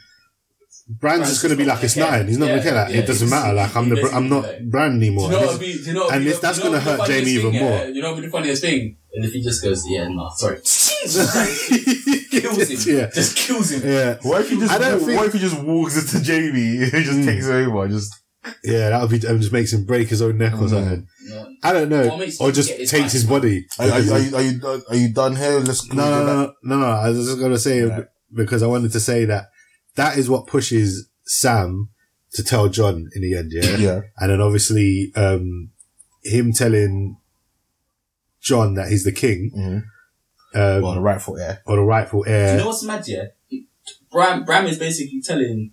Bran's
Bran's
just going to
just
be
not
like it's
gonna care.
nothing. He's not going
Yeah,
to care. Like,
yeah,
it doesn't
he's-
matter. Like I'm
he
the, br-
doesn't
I'm not
care.
Bran
Do
anymore.
you know
This-
what I mean? Do you know what I
and
mean?
if that's
You know
gonna
what the
hurt Jamie
funniest
even
thing,
more.
yeah? You know what would be the funniest thing? And if he just goes, yeah, no, sorry. kills him.
yeah,
Just kills him.
yeah,
what if he just?
I don't
what
think-
if he just walks into Jamie? He just
Mm.
takes it over. Just
yeah. That would be and just makes him break his own neck or
Mm.
something.
No.
I don't
Or
know,
makes
or
him
just
get his
takes
back.
his body.
are, are, you- are, you- are you done- are you done here? Let's
No, no, no, no, no. I was just going to say
Right.
because I wanted to say that that is what pushes Sam to tell John in the end, yeah.
Yeah,
and then obviously um, him telling John that he's the king
Mhm.
um,
well, the rightful yeah.
or the rightful
Do
heir.
you know what's mad? Yeah, He- Bram Bram is basically telling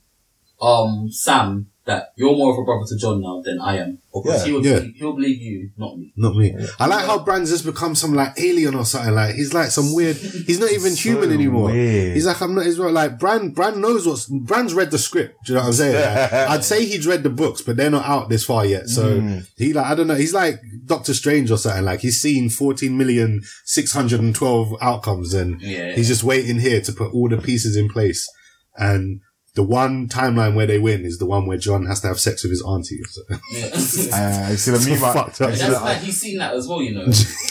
um Sam that you're more of a brother to John now than I am because
Yeah,
he will
yeah.
believe, he'll believe you, not me.
not me. I like how Bran's just become some like alien or something. Like he's like some weird. He's not even human
So
anymore.
weird.
He's like I'm not. He's not- like Bran. Bran knows what's. Bran's read the script. Do you know what I'm saying? Like, I'd say he'd read the books, but they're not out this far yet. So
Mm.
he like I don't know. He's like Doctor Strange or something. Like he's seen fourteen million six hundred and twelve outcomes, and
Yeah.
he's just waiting here to put all the pieces in place. And the one timeline where they win is the one where John has to have sex with his auntie. So,
yeah.
Uh, I see the
So
meme. out-
fucked up.
I see
That's
the-
like he's seen that as well, you know.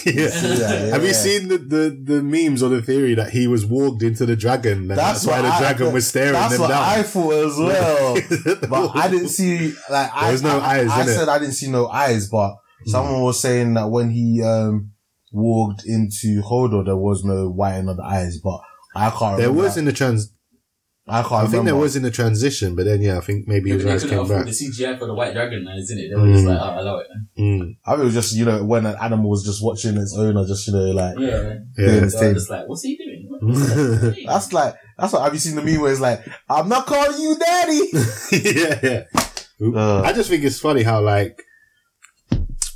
yeah.
yeah, yeah,
Have you
yeah.
seen the, the, the memes or the theory that he was walked into the dragon? And that's, why
what
the
I-
dragon was staring
That's
them
what
down.
I thought as well. but I didn't see like I,
There was no
I,
eyes,
I,
innit? Hmm.
said I didn't see no eyes, but someone was saying that when he um walked into Hodor, there was no whiting of the eyes, but I can't.
there
remember.
was in the trans.
I can't.
I, think
remember.
there was in the transition, but then yeah, I think maybe
Yeah,
his
but they
eyes
couldn't
came
afford
back.
the CGI for the White Dragon, man, isn't it? They were just
Mm.
like, oh, I love it.
Mm,
I think it was just you know when an animal was just watching its owner, just you know like
Yeah.
yeah.
Yeah.
So I'm just like, what's he doing? What-
that's like that's what have you seen the meme where it's like I'm not calling you daddy.
yeah, yeah.
Uh,
I just think it's funny how like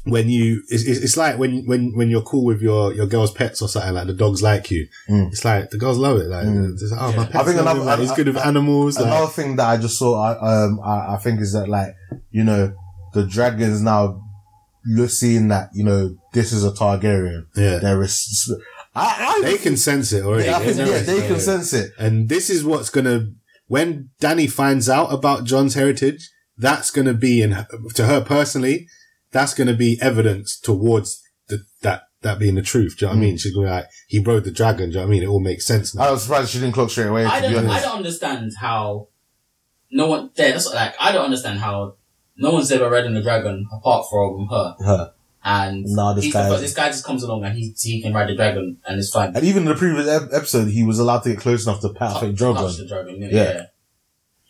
when you it's, it's it's like when when when you're cool with your your girl's pets or something like the dogs like you.
Mm.
It's like the girls love it. Like,
Mm.
it's like, oh,
Yeah.
my
I
pets. I
think
think
another-
like, he's good with animals. Like,
Another thing that I just saw, I, um, I, I think is that like, you know, the dragons now look seeing that, you know, this is a Targaryen.
yeah,
There is, I, I,
they can sense it already.
yeah, I think,
know
yeah,
it's
they
there.
can sense it.
And this is what's gonna when Danny finds out about John's heritage, that's gonna be in to her personally, that's gonna be evidence towards the, that that being the truth. Do you know what I mean? She's gonna be like, he rode the dragon. Do you know what I mean? It all makes sense
Uh,
now.
I was surprised she didn't clock straight away,
I
to be
don't, I
honest.
don't understand how no one there. That's like I don't understand how no one's ever ridden a dragon apart from her.
Her.
And
Nah, this
he's
guy-
the first- this guy just comes along and he he can ride the dragon and it's fine.
And even in the previous ep- episode, he was allowed to get close enough to pat, I
Touch-
think,
touch
Drogon.
the dragon. Yeah.
Yeah.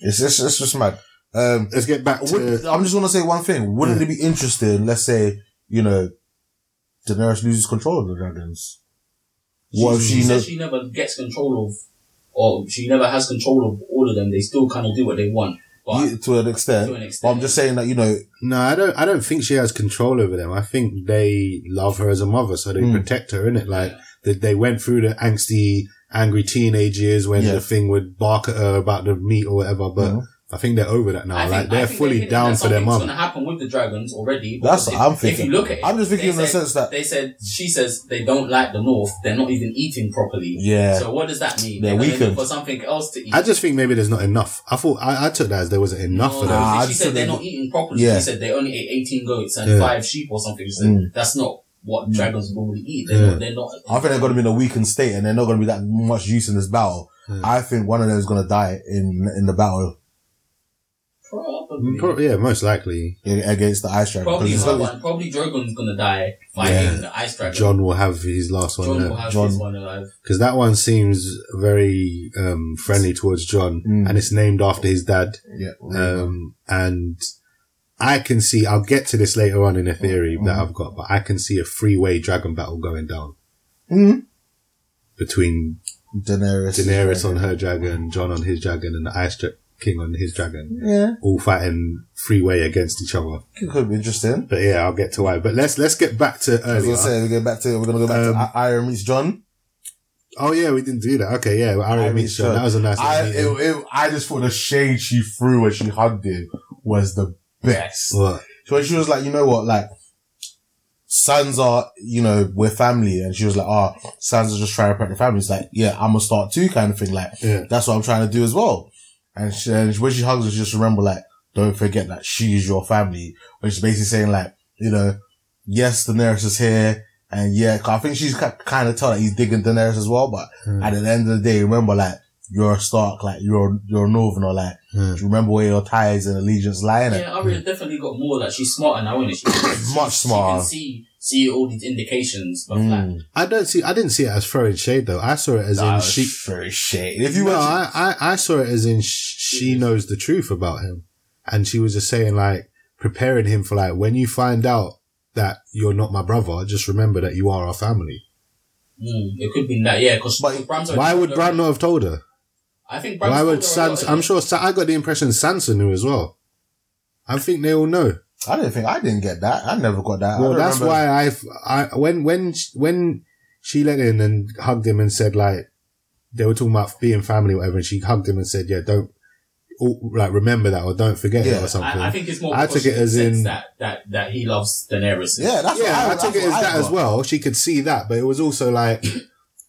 It's, it's, it's just mad. Um,
Let's get back to.
would, I'm just gonna say one thing. Wouldn't
Hmm.
it be interesting? Let's say you know, Daenerys loses control of the dragons. What if
she,
she
said
knows?
she never gets control of, or she never has control of all of them. They still kind of do what they want. But
Yeah, to an extent.
To an
But
extent,
I'm just saying that you know,
No, I don't. I don't think she has control over them. I think they love her as a mother, so they
Mm.
protect her. In it, like they, they went through the angsty, angry teenage years when
Yeah.
the thing would bark at her about the meat or whatever. But
Mhm.
I think they're over that now.
I
like
think- I
they're
think
fully
hinting
down
that
for their
something's
mum.
gonna happen with the dragons already.
That's
because
what I'm
if-
thinking.
If you look at it,
I'm just thinking in
they
the
said-
sense that-
they said she says they don't like the North. They're not even eating properly.
Yeah.
So what does that mean?
They're
They're gonna look
weakened.
for something else to eat.
I just think maybe there's not enough. I thought I, I took that as there wasn't enough
No,
for
no,
them.
Ah,
She
I'd
said
say
they're
they-
not eating properly.
Yeah. Mm.
She said they only ate 18 goats and
Yeah.
five sheep or something. She said that's not what dragons normally eat. They're
Yeah.
not. They're not
I think they're gonna be in a weakened state, and they're not gonna be that much use in this battle.
Hmm.
I think one of them is gonna die in in the battle
probably.
Pro- yeah, most likely
i- against the ice dragon. 'Cause
Probably
Mm. it's
her
not-
one. Probably Drogon's gonna die fighting
Yeah.
the ice dragon.
John will have his last one
John
there.
will have
John.
his one alive.
because that one seems very um, friendly towards John,
Mm.
and it's named after his dad.
yeah,
Um, and I can see, I'll get to this later on in a theory
Mm.
that I've got, but I can see a three way dragon battle going down
Mhm.
between
Daenerys.
Daenerys on her dragon, John on his dragon, and the Ice Dra- King on his dragon,
Yeah,
all fighting three way against each other.
it could be interesting.
But yeah, I'll get to why. But let's let's get back to
As I
earlier.
said, we go back to we're gonna go back
Uh, Um,
to I- Iron meets John.
oh yeah, we didn't do that. Okay, yeah, well, Arya meets John. That was a nice.
I,
little meeting.
it, it, I just thought the shade she threw when she hugged him was the best.
What?
So when she was like, you know what, like, sons are, you know, we're family. And she was like, oh, sons are just trying to protect the family. It's like, yeah, I'm going to start too kind of thing. Like,
Yeah.
that's what I'm trying to do as well. And, she, and when she hugs her, she just remember, like, don't forget that she's your family. Which is basically saying, like, you know, yes, Daenerys is here. And yeah, 'cause I think she's kind of tell that he's digging Daenerys as well. But
Mm.
at the end of the day, remember, like, you're a Stark, like, you're, you're a Northerner, like,
Mm.
remember where your ties and allegiance lie in it.
Yeah, Arya definitely got more. Like she's smarter now, isn't she? She-
Much
She
smarter.
can see see all these indications, but like,
Mm.
I don't see. I didn't see it as throwing shade though. I saw it as
Nah,
in
it's
she.
very shade. If you
no,
were to-
I, I, I saw it as in sh- she knows the truth about him. And she was just saying like, preparing him for like, when you find out that you're not my brother, just remember that you are our family.
Mm, it could be that, yeah. Because
But
Why would Bran not have told her?
I think Bran.
Why would Sansa, I'm sure, Sa- I got the impression Sansa knew as well. I think they all know.
I didn't think I didn't get that. I never got that. I
Well,
don't
that's
remember.
why I've, I, when, when, sh- when she let in and hugged him and said like, they were talking about being family or whatever, and she hugged him and said, yeah, don't, oh, like, remember that or don't forget
Yeah,
it or something.
I, I think it's more.
I
because
took it
she
as
sense
in-
that that that he loves Daenerys.
Yeah, that's
yeah, I,
what I,
took it as that as well. She could see that, but it was also like,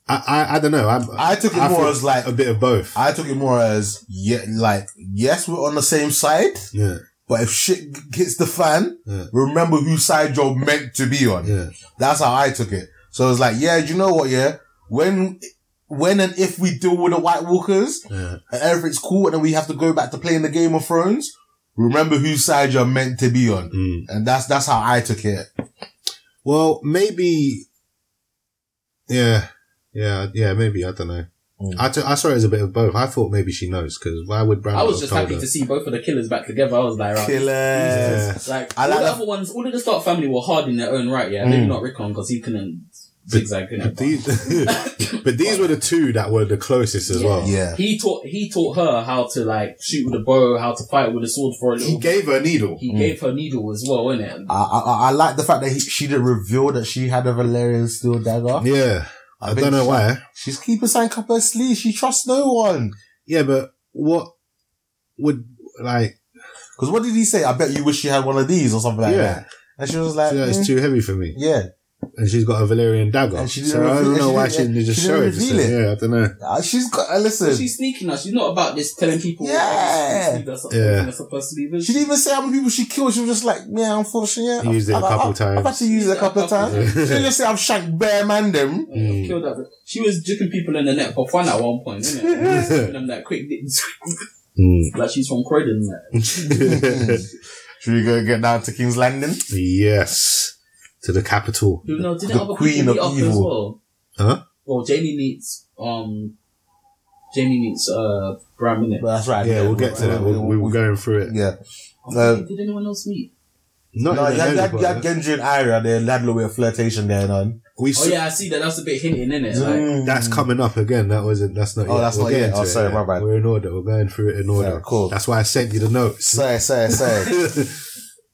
I, I, I don't know. I'm,
I took it more
feel
as like-
a bit of both.
I took it more as yeah, like yes, we're on the same side,
yeah,
but if shit g- hits the fan,
Yeah.
remember whose side you're meant to be on.
yeah,
That's how I took it. So it's like, yeah, you know what? Yeah, when, when and if we deal with the White Walkers
yeah.
and everything's cool, and then we have to go back to playing the Game of Thrones, remember whose side you're meant to be on.
Mm.
And that's that's how I took it.
Well, maybe. Yeah, yeah, yeah. Maybe I don't know.
Mm.
I took- I saw it as a bit of both. I thought maybe she knows because why would Brandon?
I was just happy to see both of the killers back together. I was like, right.
Killer.
Like
I
all
like
the
that-
other ones, all of the Stark family were hard in their own right. Yeah, maybe not Rickon because he couldn't zigzag. Couldn't
Hmm. But these, but these were the two that were the closest as well.
Yeah.
He taught he taught her how to like shoot with a bow, how to fight with a sword for a little.
He gave her a needle.
He gave her needle as well, innit?
I, I, I- I like the fact that he, she didn't reveal that she had a Valerian steel dagger.
Yeah, I,
think
don't know
she-
why.
She's keeping something up her sleeve. She trusts no one.
Yeah, but what would like?
Because what did he say? I bet you wish you had one of these or something like
yeah.
that. And she was like,
So it's
"Mm,
too heavy for me.
yeah.
And she's got a Valerian dagger.
And she didn't
so I
reveal-
don't
and
know
she
why she
didn't-
didn't just
she
show
didn't
it. Just
reveal
then. Yeah, I don't know.
Uh, she's got, uh, listen,
She's sneaking us. She's not about this telling people.
Yeah.
Yeah.
Yeah.
she didn't even say how many people she killed. She was just like, yeah, unfortunately. Yeah,
Used it a couple
I, I've
times.
actually used it a couple of times.
Yeah.
she didn't just say, I've shanked bear man them.
Mm.
Killed her. She was juking people in the neck for fun at one point, innit? Giving them that quick dick- like she's from Croydon. Like.
Mm. Should we go get down to King's Landing?
yes, to the capital.
You know, didn't
The
other
queen
people
of
meet up as
evil.
well?
Huh?
Well, Jamie meets um Jamie meets uh, Bram in it.
But that's right.
Yeah, we'll get to that. We're, we're going through it.
Yeah.
Oh,
Uh,
did anyone else meet?
Not
No,
in
you
the
had,
end,
you had,
but
you had Genji and Ira, they had a little bit of flirtation going on.
we
Oh
s-
yeah, I see that. That's a bit hinting in it. Like,
Mm.
That's coming up again. That wasn't. That's not.
Oh,
yet.
that's not
getting
yet.
to
Oh,
it,
sorry,
yeah.
my bad.
We're in order. We're going through it in order.
Fair, cool.
That's why I sent you the notes.
Say, say, say.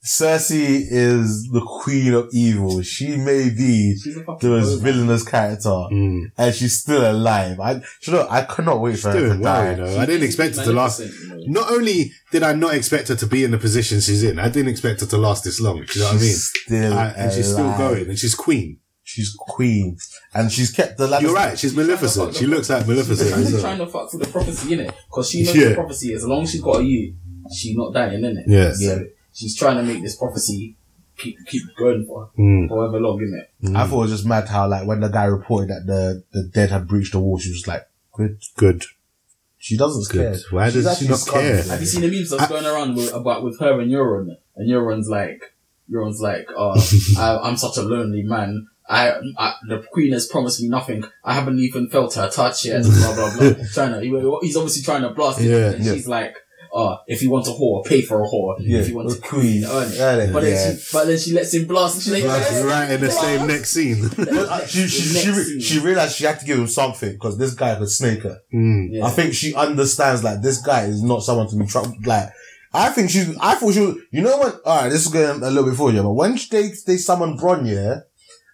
Cersei is the queen of evil. She may be
she's a fucking
the most
hoe,
villainous character,
Mm.
and she's still alive. I, do you know, I cannot wait for her
Doing
to
well,
die.
you know.
man.
I didn't expect it to last.
Magnificent, you know.
Not only did I not expect her to be in the position she's in, I didn't expect her to last this long. Do you know what I mean?
She's still
I- and she's still
alive.
going, and she's queen.
She's queen, and she's kept the. Lannisters-
You're right. She's Maleficent. She looks like Maleficent.
She's
as well.
trying to fuck with the prophecy in it because she knows
Yeah.
the prophecy. As long as she's got a you, she's not dying in it.
Yeah.
Yeah.
She's trying to make this prophecy keep keep going for
Mm.
however long in it.
I thought it was just mad how like when the guy reported that the the dead had breached the wall, she was like, "Good."
Good.
She doesn't care.
Good. Why
She's
does she
actually
not
scarred,
care?
like-
Have you seen the
Ah.
memes that's going around with, about with her and Euron? And Euron's like, Euron's like, oh, I, I'm such a lonely man. I, I, the queen has promised me nothing. I haven't even felt her touch yet. Blah blah blah. trying to, he- he's obviously trying to blast it.
Yeah,
and
yeah.
she's like, oh, if you want a whore, pay for a whore.
Yeah,
If you want
the
a
queen.
queen, earn it.
Earn it,
But then,
yeah.
she, but then she lets him blast. She
Like, right in the same next scene.
she, she, she, re- she realized she had to give him something because this guy could snake her.
Mm.
Yeah.
I think she understands like this guy is not someone to be troubled. Like I think she's. I thought she. Was, you know what? All right, this is going a little bit forward, yeah. But when they they summoned Bron, yeah,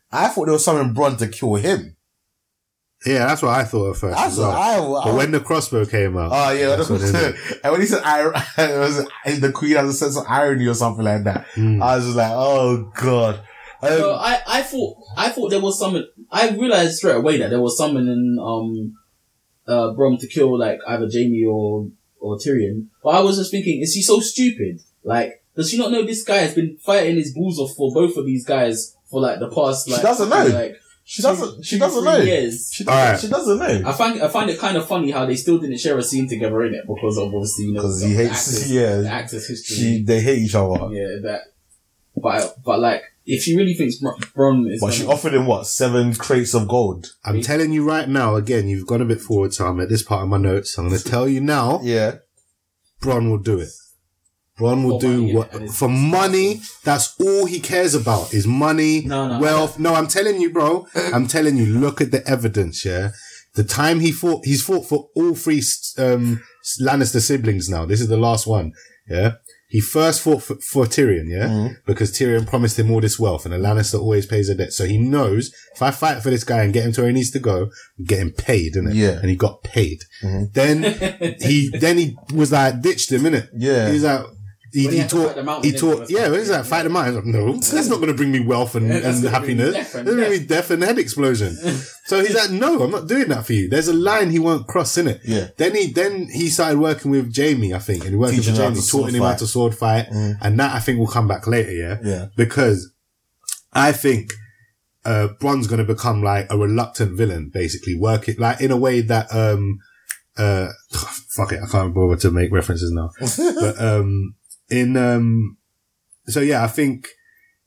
I thought they were summoning Bron to kill him.
Yeah, that's what I thought at first.
That's
as
what
well.
I.
But when the crossbow came out,
Oh yeah,
that's what they did.
and when he said ir- it was, the queen has a sense of irony or something like that,
Mm.
I was just like, oh god. Um,
So I, I thought I thought there was someone I realized straight away that there was someone in um uh Brom to kill like either Jamie or or Tyrion. But I was just thinking, is she so stupid? Like, does she not know this guy has been fighting his balls off for both of these guys for like the past
She
like
doesn't know.
like
she doesn't. She
two,
doesn't
three
know.
years.
She
All right.
doesn't, she doesn't know
I find I find it kind of funny how they still didn't share a scene together in it because of obviously you know
because
the,
he
the
hates.
actors, the
Yeah,
actors history.
she. They hate each other.
yeah, that. But but like if she really thinks Br- Brom is
But
gonna-
she offered him what seven crates of gold.
I'm telling you right now, again, you've gone a bit forward, so I'm at this part of my notes. I'm going to tell you now,
Yeah,
Bron will do it. Bron will
For
do
money,
what
and it's-
for money. That's all he cares about is money,
No, no,
wealth. No, I'm telling you, bro. I'm telling you. Look at the evidence. Yeah, the time he fought, he's fought for all three um, Lannister siblings. Now this is the last one. Yeah, he first fought for, for Tyrion. Yeah,
Mm-hmm.
because Tyrion promised him all this wealth, and a Lannister always pays a debt. So he knows if I fight for this guy and get him to where he needs to go, I'm getting paid, innit?
Yeah.
and he got paid.
Mm-hmm.
Then he then he was like ditched him, innit?
yeah.
He's like, he,
When he
he
had to fight the
taught,
mountain,
he
didn't
taught,
he?
yeah, he's like, fight the mountain. Like, no, that's not going to bring me wealth and,
Yeah, that's
and
gonna bring me
happiness. That's
death and
going to
death.
be death and head explosion. so he's like, no, I'm not doing that for you. There's a line he won't cross in it.
Yeah.
Then he, then he started working with Jamie, I think, and he worked
Teaching
with
him how
Jamie,
to sword
taught him how
fight.
to sword fight.
Mhm.
And that I think will come back later. Yeah.
Yeah.
Because I think, uh, Bron's going to become like a reluctant villain, basically work it like in a way that, um, uh, fuck it. I can't bother to make references now but um in um so yeah i think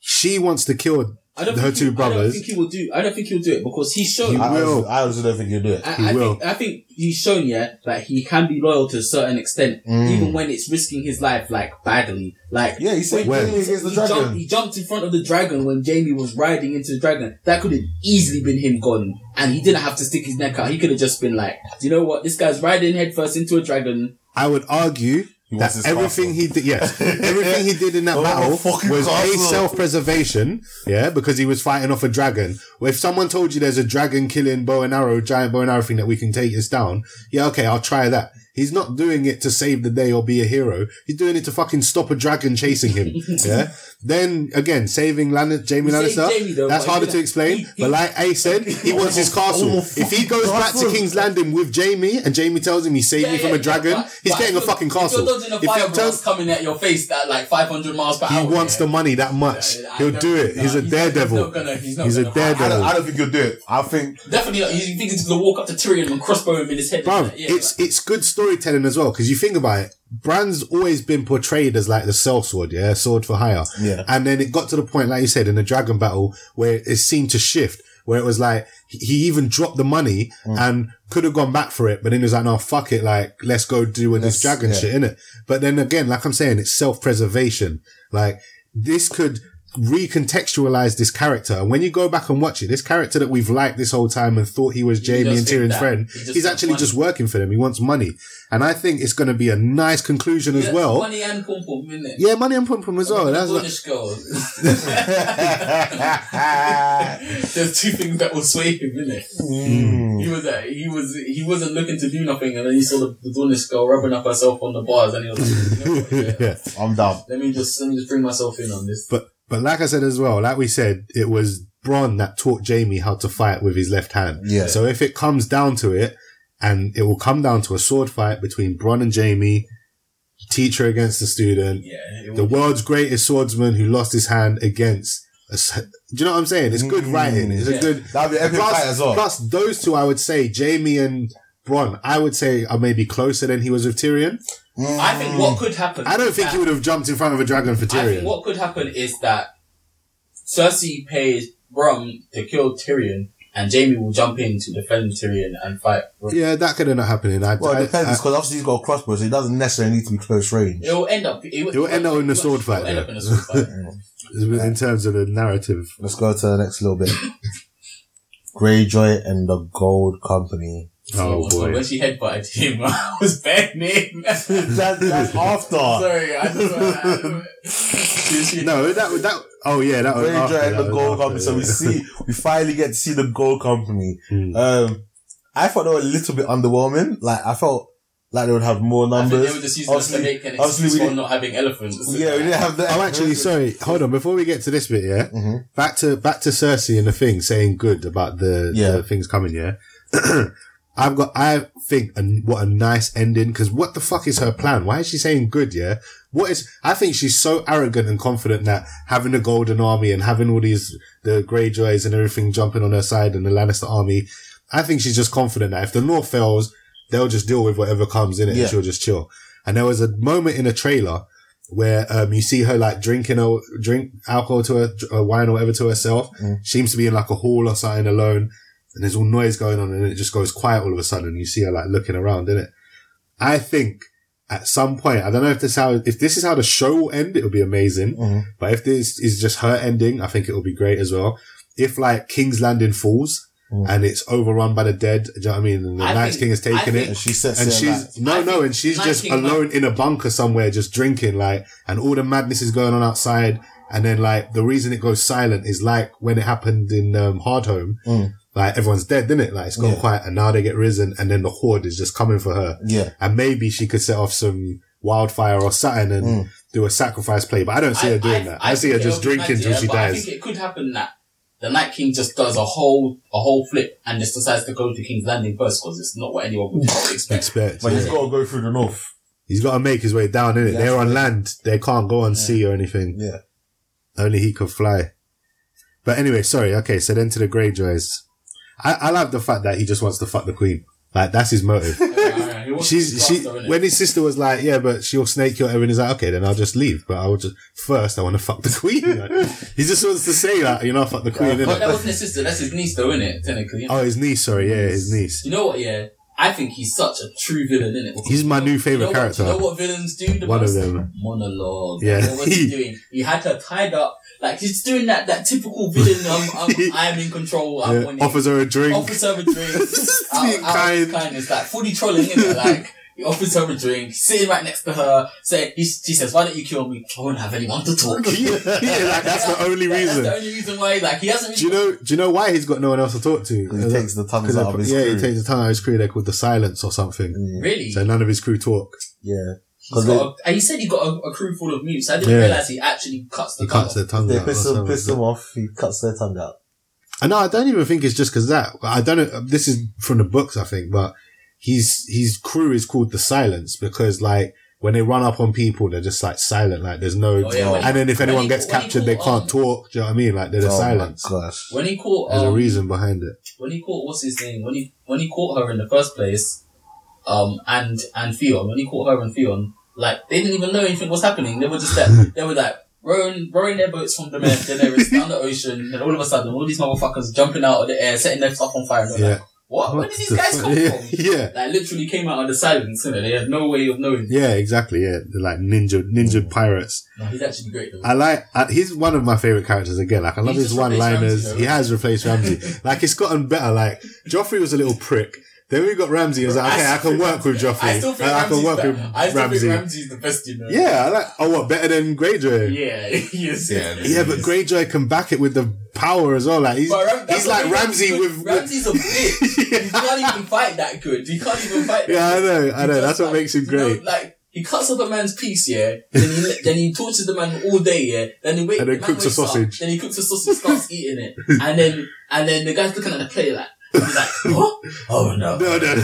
she wants to kill
I don't
her
think
two
he, I don't
brothers.
think he will do. I don't think he'll do it because he's shown.
He
I,
I,
will.
I also don't think you'll do it.
I,
he will.
think, I think he's shown yeah that he can be loyal to a certain extent,
Mm.
even when it's risking his life like badly. Like
Yeah, he said
When?
when against the
he, jumped,
dragon.
he jumped in front of the dragon when Jamie was riding into the dragon. That could have easily been him gone, and he didn't have to stick his neck out. He could have just been like, do you know what? This guy's riding headfirst into a dragon.
i would argue
He
that
wants his
everything
castle.
he did yes everything he did in that
Oh,
battle
fucking
was a
castle.
self-preservation yeah because he was fighting off a dragon if someone told you there's a dragon killing bow and arrow giant bow and arrow thing that we can take us down yeah okay i'll try that He's not doing it to save the day or be a hero. He's doing it to fucking stop a dragon chasing him. Yeah. then again, saving Lan- Jamie
He saved
Lannister.
Jamie, though,
that's
but
harder
he-
to explain.
he-
but like I said, he wants his castle.
Oh,
if he goes back to
castle.
King's Landing with Jamie and Jamie tells him he saved me from a dragon,
but-
he's
but
getting a
if-
fucking castle.
If you're dodging a
If he
fire
tells-
blast coming at your face at like 500 miles per
he
hour,
wants
yeah.
the money that much.
Yeah, I
He'll
don't
do
think
it.
so.
He's a
He's- he's
daredevil.
not gonna- he's not
He's a
gonna- I- I
I don't,
daredevil.
I don't think you'll do it. I think
Definitely not. You think he's gonna walk up to Tyrion and crossbow him in his head?
Bruv,
Yeah,
it's it's good storytelling as well because you think about it. Bran's always been portrayed as like the sellsword, yeah, sword for hire.
Yeah.
And then it got to the point, like you said, in the dragon battle where it seemed to shift. where it was like he- he even dropped the money
Mm.
and could have gone back for it, but then he was like, "No, fuck it, like let's go do with this
Let's-
dragon
yeah.
shit in it." But then again, like I'm saying, it's self preservation. Like this could recontextualize this character, and when you go back and watch it, this character that we've liked this whole time and thought he was Jamie
just
and
think
Tyrion's
that.
friend,
He just
he's
wants
actually
money.
just working for them. He wants money, and I think it's going to be a nice conclusion as
Yeah,
well.
Money and pom pom, isn't it?
Yeah, money and pum pum as well. That's like,
British girls. There's two things that will sway him, innit?
Mm.
Mm,
He was uh, he was he wasn't looking to do nothing, and then he saw the, the Dornish girl rubbing up herself on the bars, and he was like, you know what, yeah,
yeah.
I'm down.
let me just let me just bring myself in on this.
But but like I said as well, like we said, it was Bron that taught Jamie how to fight with his left hand.
Yeah.
So if it comes down to it, and it will come down to a sword fight between Bron and Jamie, teacher against the student,
Yeah, it
the
was,
world's greatest swordsman who lost his hand against. a s- Do you know what I'm saying? It's good
Mm.
writing. It's a
Yeah.
good.
That'd be an epic
plus,
fight as well.
plus those two, I would say Jamie and Bron. I would say are maybe closer than he was with Tyrion.
I think what could happen.
I don't
is
think
that-
he would have jumped in front of a dragon for
I
Tyrion.
think what could happen is that Cersei pays Brum to kill Tyrion, and Jamie will jump in to defend Tyrion and fight. Brum.
Yeah, that could end up happening. I,
Well,
I-
it depends
I-
because obviously he's got a crossbow, so he doesn't necessarily need to be close range.
It will end up. It will,
It will end up in a sword fight,
It will end
though.
up in a sword fight.
in terms of the narrative.
Let's go to the next little bit. Greyjoy and the Gold Company.
Oh
So, so
boy.
When she headbutted him, I was bad name.
That, that's after.
Sorry, I just. She- she-
No, that would- that. Oh yeah, that was after,
Greyjoy and
that
the
was
Gold
after,
Company. So we
yeah.
see, we finally get to see the Gold Company.
Mm.
Um, I thought they were a little bit underwhelming. Like I felt like they would have more
I think
numbers.
they were just using us to make
obviously
an
we
excuse for
didn't-
not having elephants.
yeah, we didn't have the.
Oh, actually, sorry. Hold on. Before we get to this bit, yeah,
Mhm.
back to back to Cersei and the thing saying good about the,
Yeah.
the things coming. Yeah, I've got. I think and what a nice ending because what the fuck is her plan? Why is she saying good? Yeah, what is? I think she's so arrogant and confident that having a golden army and having all these the Greyjoys and everything jumping on her side and the Lannister army. I think she's just confident that if the North fails, they'll just deal with whatever comes in it
Yeah.
and she'll just chill. And there was a moment in a trailer where um, you see her like drinking or drink alcohol to her, or wine or whatever to herself.
Mm.
She seems to be in like a hall or something alone, and there's all noise going on, and it just goes quiet all of a sudden. You see her like looking around, innit? I think at some point, I don't know if this how if this is how the show will end, it'll be amazing.
Mhm.
But if this is just her ending, I think it'll be great as well. If like King's Landing falls
Mm.
and it's overrumb by the dead, do you know what I mean? And the
I
Night's
think-
King has
I
taken it
And she sets
and
it
she's
like-
no,
I
no,
think
and she's just
19 months-
alone in a bunker somewhere, just drinking, like, and all the madness is going on outside. And then, like, the reason it goes silent is like when it happened in um, Hard Home,
Mm.
like everyone's dead, didn't it? Like it's gone
Yeah.
quiet, and now they get risen, and then the horde is just coming for her,
yeah.
and maybe she could set off some wildfire or something and
Mm.
do a sacrifice play. But I don't see her doing that. I, see her
think
just
it'll be
drinking
nice,
till
yeah,
she
but I
dies.
think it could happen that the Night King just does a whole a whole flip and just decides to go to King's Landing first because it's not what anyone would expect.
Expect,
But
yeah.
he's got to go through the north.
he's got to make his way down, innit?
Yeah.
They're on land; they can't go on sea or anything.
Yeah.
Only he could fly. But anyway, sorry. Okay, so then to the Greyjoys. I, I love the fact that he just wants to fuck the queen. Like that's his motive. She's she when his sister was like, yeah, but she'll snake your Erin. He's like, okay, then I'll just leave. But I'll just first I want to fuck the queen. Like, he just wants to say that you know, fuck the queen.
But
innit?
that wasn't his sister. That's his niece, though, isn't it? Technically.
Oh, his niece. Sorry, yeah, his niece.
You know what? Yeah, I think he's such a true villain, isn't it?
He's my new favourite
you know
character.
What, you know what villains do? The
One of
most?
them.
Monologue.
Yeah.
What was he doing? He had her tied up. Like he's doing that that typical villain. Um, um, I'm in control. I'm
Yeah,
on it.
offers her a drink.
offers her a drink.
Being
out, out of
kind.
his kindness, like fully trolling, innit? Like he offers her a drink, sitting right next to her. Say he, she says, "Why don't you kill me? I won't have anyone to talk."
yeah, like, that's the only
That-
reason.
Oh, That's the only reason why. Like he hasn't.
do you know? Do you know why he's got no one else to talk to?
'Cause he takes the tongues
'Cause
out of his
yeah,
crew. Mm.
he takes the tongue out of his crew. They're called the Silence or something.
really.
So none of his crew talk.
Yeah. 'Cause
He's got a, and he said he got a, a crew full of mutes. I didn't
Yeah.
realize he actually cuts the
He
tongue
cuts
off.
their tongue
Oh, they
out. or
piss them,
something.
piss them off, he cuts their tongue out.
And no, I don't even think it's just because that. I don't know. This is from the books, I think, but he's, his crew is called the Silence because like when they run up on people, they're just like silent. Like there's no,
Oh, yeah, when
and then if
when
anyone
he-
gets
when he
captured, they
caught
can't
on-
talk. Do you know what I mean? Like they're the
Oh my
silence.
gosh.
When he caught,
There's a
um,
reason behind it.
when he caught what's his name, when he when he caught her in the first place, um, and and Theon, when he caught her and Theon, like they didn't even know anything was happening. They were just like they were like, rowing, rowing their boats from the Daenerys down the ocean, and all of a sudden, all these motherfuckers jumping out of the air, setting their stuff on fire. And they're
Yeah.
Like, what? Where
What
did these
the
guys
fu-
come
yeah,
from?
Yeah.
Like, literally came out of the silence, you know, they had no way of knowing.
Yeah, exactly. Yeah, they're like ninja,
Mm.
ninja pirates.
No, he's actually great though.
I like. I, he's one of my favorite characters again. Like I love
He's
his
just replaced
one-liners.
Ramsay, though,
he has replaced Ramsey. like it's gotten better. Like Joffrey was a little prick. Then we got Ramsey. I was like,
I
okay, I,
still
can work with Joffrey.
I still think
And I
Ramsay's
can work
the- I
with
still
Ramsey.
think Ramsay's the best, you know.
yeah, I like. Oh, what better than Greyjoy?
Yeah, he is.
Yeah, yeah.
Yeah, but Greyjoy can back it with the power as well. Like he's,
But Ram- that's
he's like
what he-
Ramsey
he-
with.
Ramsey's a bitch. He can't even fight that good. He can't even fight. That
yeah, I
good.
know, I
He
know.
just,
That's what
like,
makes him
you know,
great.
like he cuts up a man's piece, yeah. Then he then he tortures the man all day, yeah. Then he wait,
And then
the man
cooks a
wakes up,
sausage.
then he cooks a sausage, starts eating it, and then and then the guy's looking at the plate like. He's like, what? Oh no.
No, no,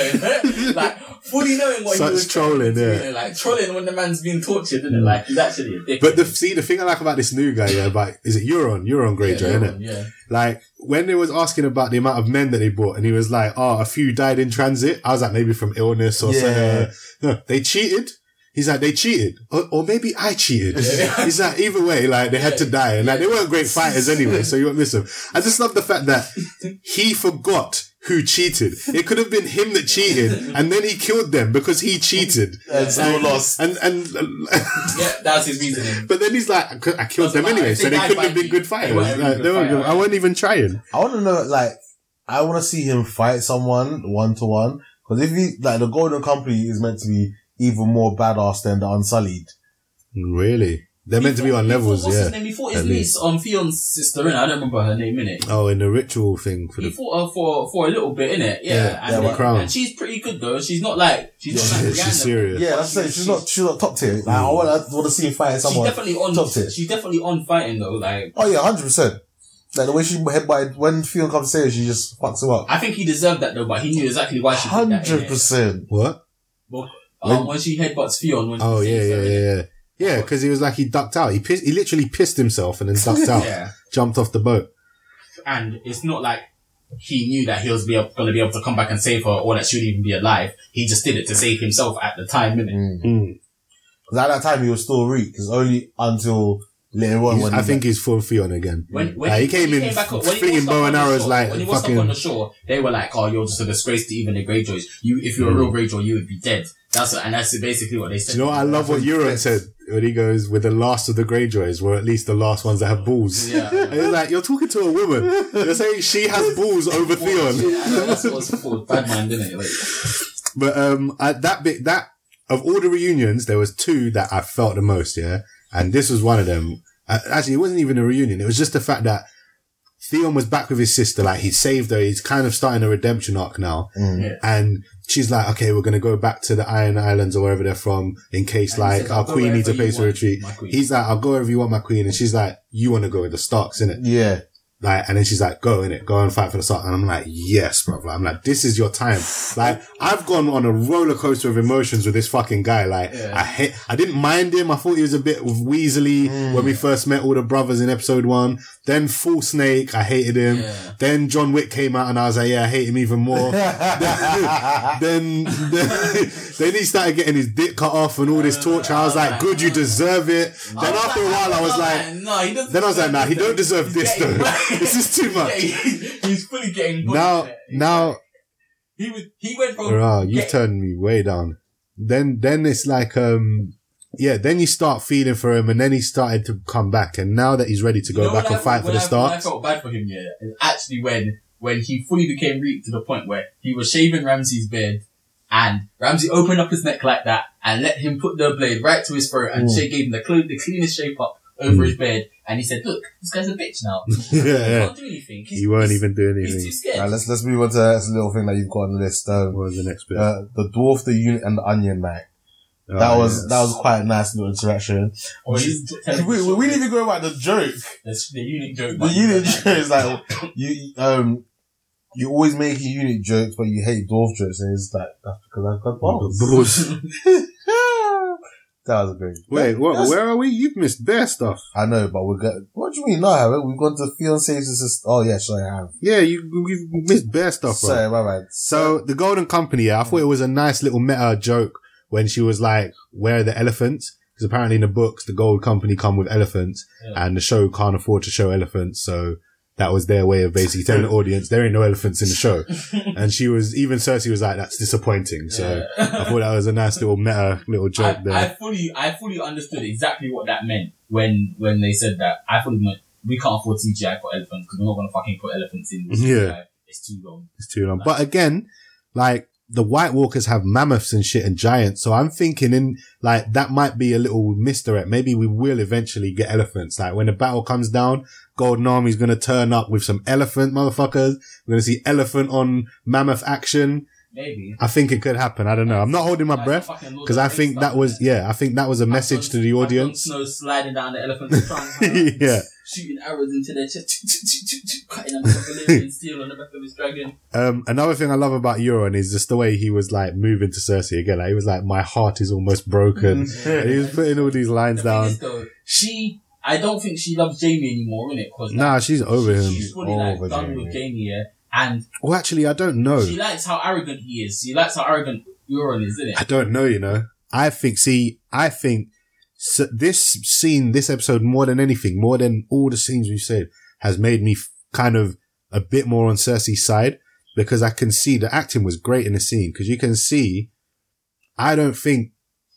no.
like, fully knowing what
Such
he was
trolling,
doing,
yeah.
Like, trolling when the man's being tortured, isn't it? Like, he's actually a dick.
But the see the thing I like about this new guy, yeah, about is it Euron? Euron Greyjoy,
yeah,
isn't it?
no, yeah.
Like when they was asking about the amount of men that they bought, and he was like, "Oh, a few died in transit." I was like, "Maybe from illness or
Yeah.
something." No, they cheated. He's like, "They cheated," or, or maybe I cheated.
Yeah.
He's like, "Either way, like they had to die, and like they weren't great fighters anyway, so you won't miss them." I just love the fact that he forgot who cheated. It could have been him that cheated, and then he killed them because he cheated.
and still lost.
And and
Yeah, that's his reasoning.
but then he's like, "I cou- "I killed
Doesn't
them anyway,
matter.
so
They
they
died
couldn't
by
have been
me.
good
They
fighters.
weren't even
Like,
good
they weren't good-
fighters.
I wasn't even trying."
I want to know, like, I want to see him fight someone one to one. Because if he, like, the Golden Company is meant to be even more badass than the Unsullied.
Really? They're meant to be
He
on
fought-
levels,
what's
yeah.
His name? He fought
at
his niece,
least.
um, Fion's sister, innit? I don't remember her name, innit?
Oh, in the ritual thing for
He
the.
fought her for, for a little bit, innit? Yeah.
Yeah,
and,
yeah,
and,
Crown.
she's pretty good though. She's not like, she's not like
She's
Rihanna.
serious.
Yeah, that's it. She's not, she's not top tier. Like, I want to, want to see him fight
She's
someone.
definitely on,
Top tier.
she's definitely on fighting though. Like,
Oh yeah, hundred percent. Like the way she head by when Fiona comes in, she just fucks him up.
I think he deserved that though, but he knew exactly why she did that.
Hundred
innit?
percent.
What?
Um, when she headbutts Fion. When
Oh,
she
yeah, yeah, yeah, yeah. Yeah, because he was like, he ducked out. He pissed, he literally pissed himself and then ducked out,
Yeah.
jumped off the boat.
and it's not like he knew that he was be able, gonna be able to come back and save her, or that she would even be alive. He just did it to save himself at the time, innit?
Mm.
Mm.
'Cause at that time he was still weak. It's only until later on
He's-
when
I
he-
think he's full Theon again.
When-
Like, he came in
back up- when he
flinging
washed up
bow
on
and
the
arrows
shore-
like
when he was up on
fucking.
the shore, they were like, "Oh, you're just a disgrace to even the Greyjoys. You, if you're a real Greyjoy, you would be dead." That's and that's basically what they
Mm. Do
said.
you know what? I love what Euron said when he goes, with the last of the Greyjoys, or at least the last ones that have balls.
Yeah.
And he's like, you're talking to a woman. You're saying she has balls over Theon.
Yeah, I know, that's what it's called. Bad man, didn't it? Like,
But um, I, that bit that of all the reunions, there was two that I felt the most. Yeah, and this was one of them. Uh, actually, it wasn't even a reunion. It was just the fact that Theon was back with his sister. Like he saved her. He's kind of starting a redemption arc now.
Mm.
And she's like, okay, we're going to go back to the Iron Islands or wherever they're from in case
And he
like
says,
our
"I'll go
queen needs a
wherever you
place to
want,
retreat.
my queen."
He's like, I'll go wherever you want, my queen. And she's like, you want to go with the Starks, innit?
yeah,
Like, and then she's like, go in it, go and fight for the start. And I'm like, yes, bro. Like, I'm like, this is your time. Like, I've gone on a roller coaster of emotions with this fucking guy. Like,
Yeah.
I hate, I didn't mind him. I thought he was a bit weaselly
Mm.
when we first met all the brothers in episode one. Then Full Snake, I hated him.
yeah.
Then John Wick came out and I was like, yeah, I hate him even more. then, then, then he started getting his dick cut off and all
Uh,
this torture. I was like, good, you deserve it. Then after a while, I was like,
no, he doesn't.
then I was like, nah, he don't deserve this
getting-
though. this is too
Yeah,
much.
he's, he's fully getting bullied
now,
there.
now,
He was. He went from.
rah, you
Yeah.
turned me way down. Then, then it's like, um, yeah, then you start feeling for him and then he started to come back. And now that he's ready to go
You know
back
when
and
I-
fight for
when
the
I- when
start,
I felt bad for him, yeah, is actually when when he fully became weak to the point where he was shaving Ramsey's beard, and Ramsey opened up his neck like that and let him put the blade right to his throat, and
Mm.
she gave him the, cl- the cleanest shape up over
Mm.
his beard, and he said, "Look, this guy's a bitch now.
yeah,
He
yeah,
can't do anything. He's,
he won't
he's-
even do
He's
anything.
too scared."
Right, let's let's move on to the next little thing that you've got on the list. Um,
What was the next bit?
uh, the dwarf, the unit, and the onion knight. That
Oh,
was
yes.
that was quite a nice little interaction.
Or he's
We,
telling the
we,
story.
we didn't even go about the joke.
the, the unit joke.
The
man.
unit joke is like you um you always make a unit jokes, but you hate dwarf jokes, and it's like that's because I've got balls.
Balls.
that was great.
Wait, what,
That's-
where are we? You've missed bear stuff.
I know, but we're go- What do you mean? No, I haven't. We've gone to fiance's sister. Oh yeah, sure I have.
Yeah, you, you've missed bear stuff, bro.
Sorry, my bad.
So the Golden Company, yeah, I thought it was a nice little meta joke when she was like, "Where are the elephants?" Because apparently in the books, the gold company come with elephants
Yeah.
and the show can't afford to show elephants. So that was their way of basically telling the audience, there ain't no elephants in the show. and she was, even Cersei was like, that's disappointing. So I thought that was a nice little meta little joke
I,
there.
I fully, I fully understood exactly what that meant when when they said that. I fully meant we can't afford CGI for elephants because we're not gonna fucking put elephants in. with
Yeah.
CGI. it's too long.
It's too long. But again, like the White Walkers have mammoths and shit and giants. So I'm thinking in like that might be a little misdirect. Maybe we will eventually get elephants. Like when the battle comes down, Golden Army's going to turn up with some elephant motherfuckers. We're going to see elephant on mammoth action.
Maybe.
I think it could happen. I don't know. I'm not holding my
Like
breath
fucking Lord
because
of
I
the
think
Rings
that
stuff,
was,
man.
yeah, I think that was a
I've
message
done-
to the
I've done
audience.
Snow sliding down the elephant's trunk,
Yeah.
shooting arrows into their chest, cutting them off the limb and steel on the back of his dragon.
Um, another thing I love about Euron is just the way he was like moving to Cersei again. Like he was like, my heart is almost broken. And he was putting all these lines
Mm. The thing
down.
is, though, she, I don't think she loves Jamie anymore, innit? Because
Nah, she's over him.
she's fully
over
like done with Jamie, yeah. And
Well, actually, I don't know.
she likes how arrogant he is. She likes how arrogant Euron is, isn't
I
it?
don't know, you know. I think, see, I think so this scene, this episode, more than anything, more than all the scenes we've said, has made me f- kind of a bit more on Cersei's side because I can see the acting was great in the scene because you can see, I don't think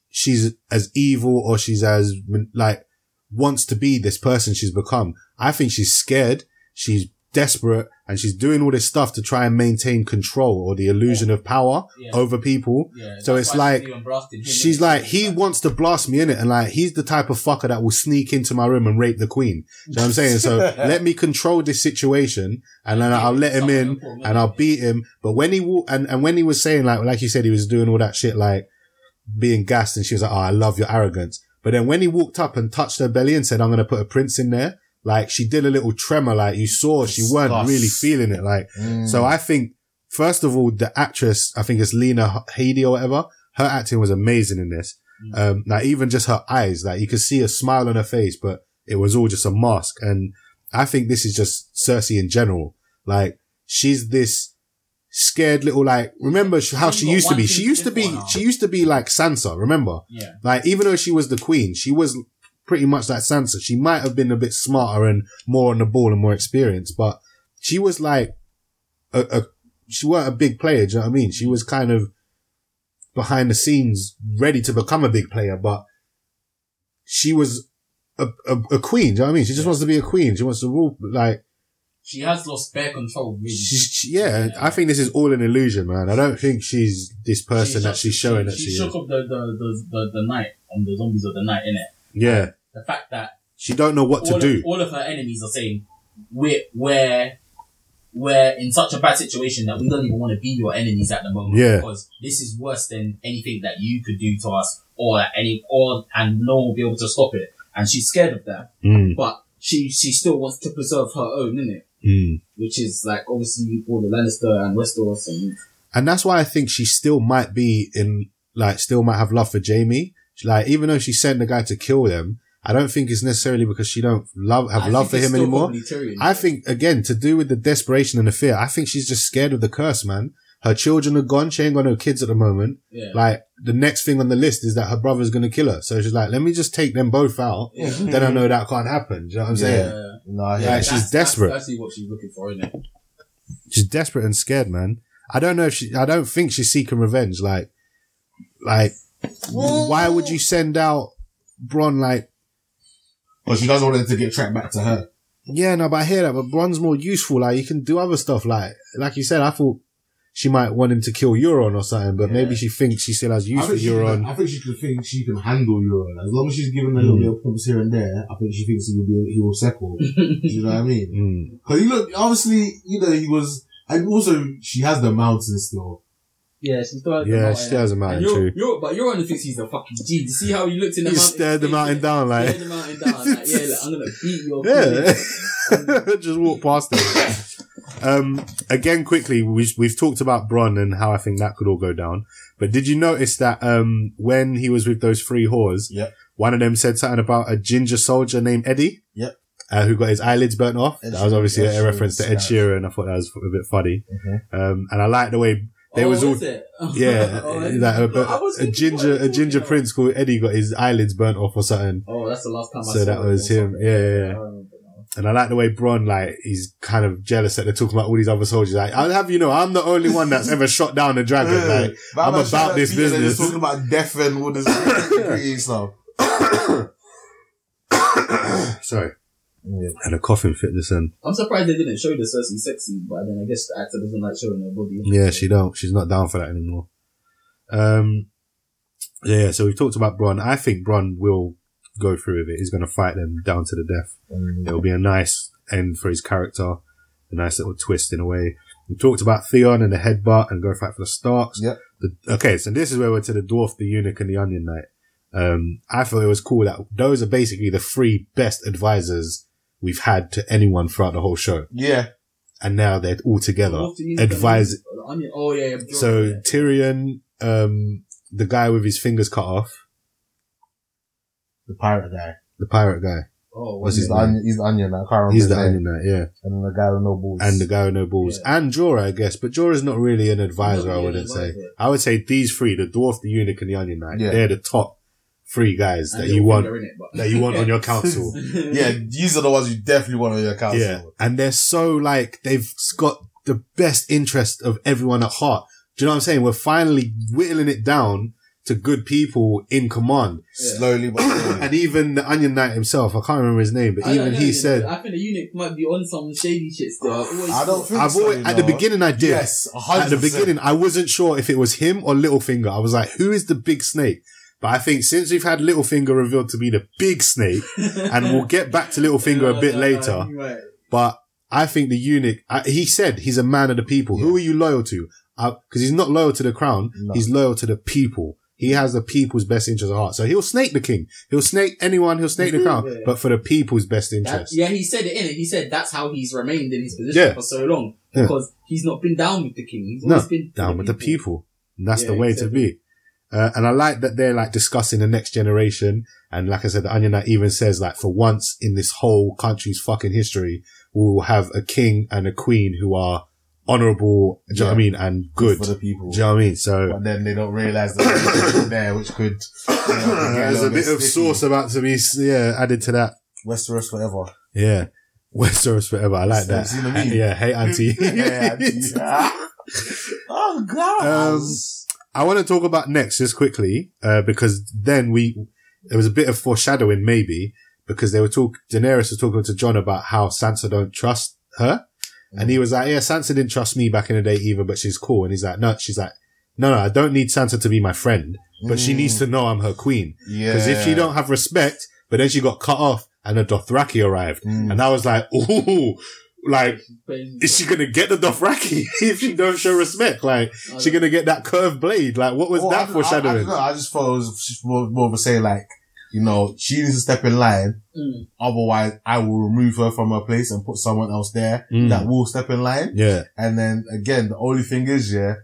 she's as evil or she's as like wants to be this person she's become. I think she's scared. She's desperate and she's doing all this stuff to try and maintain control or the illusion of power
Yeah.
over people.
Yeah,
So
that's
it's
why
like-
she's even blasted him,
She's
innit?
like, he wants to blast me in it, and like, he's the type of fucker that will sneak into my room and rape the queen. Do you know what I'm saying? So let me control this situation, and then I'll let him in, and I'll beat him. But when he wa- and and when he was saying like, like you said, he was doing all that shit, like being gassed, and she was like, "Oh, I love your arrogance." But then when he walked up and touched her belly and said, "I'm gonna put a prince in there," like she did a little tremor, like you saw she weren't
Disgust.
really feeling it, like. So I think, first of all, the actress, I think it's Lena H- Headey or whatever, her acting was amazing in this.
Mm.
Um, like even just her eyes, like you could see a smile on her face, but it was all just a mask. And I think this is just Cersei in general. Like she's this scared little, like, remember sh- how
She's
she
got
used to
one
be.
thing
She
to
used to
live
be,
for now.
she used to be like Sansa, remember?
Yeah.
Like even though she was the queen, she was pretty much like Sansa. She might have been a bit smarter and more on the ball and more experienced, but she was like a, a she weren't a big player. Do you know what I mean? She was kind of behind the scenes, ready to become a big player, but she was a, a, a queen. Do you know what I mean? She just wants to be a queen. She wants to rule. Like,
She has lost spare control, really.
she, she- yeah, I think this is all an illusion, man. I don't think she's this person that she's showing that she,
She
is.
shook up the, the, the, the, the night on the zombies of the night, innit?
Yeah,
The fact that
she don't know what
all
to
of,
do.
All of her enemies are saying, "We're we're we're in such a bad situation that we don't even want to be your enemies at the moment.
Yeah.
because this is worse than anything that you could do to us, or that any or and no one will be able to stop it." And she's scared of that,
Mm,
but she she still wants to preserve her own, innit?
mm.
Which is like obviously all the Lannister and Westeros and
And that's why I think she still might be in, like, still might have love for Jamie. Like, even though she sent the guy to kill them, I don't think it's necessarily because she don't love, have
I
love
think
for
it's
him
still
anymore.
probably Tyrion.
I think, again, to do with the desperation and the fear, I think she's just scared of the curse, man. Her children are gone. She ain't got no kids at the moment.
yeah.
Like, the next thing on the list is that her brother's going to kill her. So she's like, let me just take them both out. Then I know that can't happen. Do you know what I'm saying?
Yeah. no, I hear
Yeah,
it.
she's
Mm. That's-
desperate.
That's actually what she's looking for, isn't it?
She's desperate and scared, man. I don't know if she, I don't think she's seeking revenge. Like, like, why would you send out Bron? Like,
but she doesn't want it to get tracked back to her.
yeah, no, but I hear that, but Bron's more useful. Like, you can do other stuff. Like, like you said, I thought she might want him to kill Euron or something, but maybe she thinks she still has use
I
for
think she can-
Euron.
I think she can think she can handle Euron as long as she's given a little
Mm.
bit of pumps here and there. I think she thinks he will be he will settle. Do you know what I mean?
Mm.
Because you look, obviously, you know, he was, and also she has the mountain still.
Yeah, she's still
Yeah, she still has a
And
mountain
you're,
too.
you're, but you're on the thinks he's a fucking G. You see how he looked in the
He
mountain?
stared the mountain down like,
Tear the mountain down. Like, yeah, look, I'm gonna beat your.
yeah.
queen.
Just walk past them. um, again, quickly, we've, we've talked about Bron and how I think that could all go down. But did you notice that um, when he was with those three whores,
Yep.
one of them said something about a ginger soldier named Eddie?
Yep.
Uh, who got his eyelids burnt off?
Ed
that was obviously
Sheeran.
a reference to Ed
Sheeran.
Sheeran. I thought that was a bit funny.
Mhm.
Um, and I like the way They
oh,
was all-
is it?
Yeah,
Oh, I-
like a,
I was
a
thinking
ginger,
what
a
you're
ginger
talking
prince called Eddie got his eyelids burnt off or something.
Oh, that's the last time I
So
saw
that
it
was
or
him.
something.
Yeah,
Oh,
yeah, yeah.
I remember now.
And I like the way Bron, like, he's kind of jealous that they're talking about all these other soldiers. Like, I'll have you know, I'm the only one that's ever shot down a dragon. Like, I'm
Batman
about
Shadow
this
Peter, they're
business.
just talking about death and all this creating stuff.
sorry.
Yeah.
And a coffin fit this in.
I'm surprised they didn't show the Cersei sexy, but then I guess the actor doesn't like showing her body.
Yeah, she don't. She's not down for that anymore. Um, yeah, so we've talked about Bron. I think Bron will go through with it. He's going to fight them down to the death. It'll be a nice end for his character, a nice little twist in a way. We talked about Theon and the headbutt and go fight for the Starks.
Yep.
The, okay, so this is where we're to the dwarf, the eunuch, and the onion knight. Um, I thought it was cool that those are basically the three best advisors we've had to anyone throughout the whole show,
Yeah,
and now they're all together.
What do you-
Advise
the onion- Oh yeah, yeah. Bjorn,
so
yeah.
Tyrion, um, the guy with his fingers cut off,
the pirate guy.
the pirate guy,
oh, what's
what's
What's
his
he's, the
name?
onion, he's the onion. I can't remember
he's
his
the
name.
onion knight, yeah,
And then the guy with no balls.
and the guy with no balls,
Yeah.
and Jorah, I guess, but Jorah's not really an advisor.
Not
I
really
wouldn't
an
say.
advisor.
I would say these three: the dwarf, the eunuch, and the onion knight.
Yeah.
They're the top three guys
And
that
your
you want
finger in it, but-
that you want on your council.
yeah, these are the ones you definitely want on your council.
yeah, and they're so like they've got the best interest of everyone at heart. Do you know what I'm saying? We're finally whittling it down to good people in command.
Yeah.
Slowly but surely.
And even the Onion Knight himself, I can't remember his name, but
I don't
even
know,
he
you know,
said,
I think the eunuch might be on some shady shit still. I've always
I don't
thought-
think
I've
so,
always,
you
at the
know.
beginning I did.
Yes,
At the
100%.
beginning, I wasn't sure if it was him or Littlefinger. I was like, who is the big snake? But I think since we've had Littlefinger revealed to be the big snake, and we'll get back to Littlefinger a bit
No, no,
later,
you're right.
but I think the eunuch, I, he said he's a man of the people. Who are you loyal to? Because he's not loyal to the crown.
No.
He's loyal to the people. He has the people's best interest at heart. So he'll snake the king. He'll snake anyone. He'll snake the crown,
Yeah.
but for the people's best
That-
interest.
yeah, he said it in it. He said that's how he's remained in his position
Yeah.
for so long
Yeah.
because he's not been down with the king. He's
No,
always been for
down with the people. And that's
Yeah,
the way
exactly.
to be. Uh, and I like that they're like discussing the next generation. And like I said, the Onion Knight even says like, for once in this whole country's fucking history, we will have a king and a queen who are honorable. Do you know what I
Yeah.
mean? And good.
for
Do
the people.
you know what I mean? So
But then they don't realize that there's something there, which could. you know, get
uh, there's a
little
bit of
sticky.
sauce about to be, yeah, added to that.
Westeros forever.
Yeah. Westeros forever. I like
So,
that.
you see what I mean?
Yeah. Hey, auntie.
Yeah, yeah. oh God.
Um, I want to talk about next just quickly, uh, because then we, there was a bit of foreshadowing maybe, because they were talk, Daenerys was talking to John about how Sansa don't trust her. And he was like, yeah, Sansa didn't trust me back in the day either, but she's cool. And he's like, no, she's like, no, no, I don't need Sansa to be my friend, but she
Mm.
needs to know I'm her queen.
yeah.
Because if she don't have respect, but then she got cut off and the Dothraki arrived.
Mm.
And I was like, ooh, like,
Been-
is she going to get the Dothraki if she don't show respect? Like,
I
she gonna get that curved blade? Like, what was
Well,
that
Oh, I- I, I,
foreshadowing?
don't know, I just thought it was just more, more of a say like, you know, she needs to step in line.
Mm.
Otherwise, I will remove her from her place and put someone else there
Mm.
that will step in line.
yeah,
And then again, the only thing is, yeah,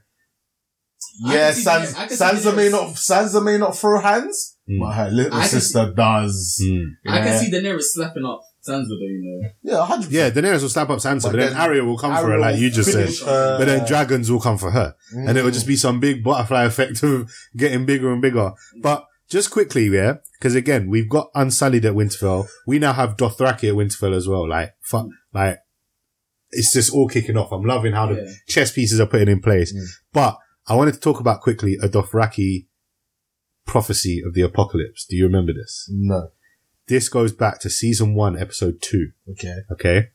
I
yeah,
can see
Sans,
that- I can see
Sansa
that
may
it's-
not, Sansa may not throw hands,
Mm.
but her little
I can
sister does.
I
Yeah.
can see Daenerys slapping up Sansa though, you know.
yeah, hundred.
yeah. Daenerys will snap up Sansa, but,
But
then,
then
Arya will come for her, like you just said.
finish-
But
Uh,
then dragons will come for her,
mm.
and it will just be some big butterfly effect of getting bigger and bigger. But just quickly, yeah, because again, we've got Unsullied at Winterfell. We now have Dothraki at Winterfell as well. Like, fuck, like it's just all kicking off. I'm loving how the
Yeah.
chess pieces are putting in place.
Mm.
But I wanted to talk about quickly a Dothraki prophecy of the apocalypse. Do you remember this?
no.
This goes back to season one, episode two.
Okay.
Okay.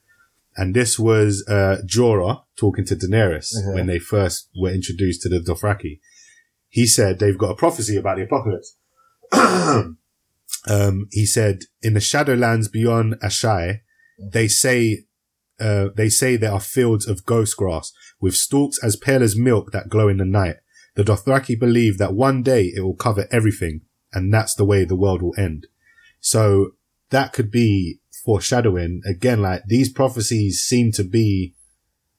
And this was, uh, Jorah talking to Daenerys
Uh-huh.
when they first were introduced to the Dothraki. He said they've got a prophecy about the apocalypse. um, he said in the Shadowlands beyond Ashai, they say, uh, they say there are fields of ghost grass with stalks as pale as milk that glow in the night. The Dothraki believe that one day it will cover everything, and that's the way the world will end. So that could be foreshadowing again. Like these prophecies seem to be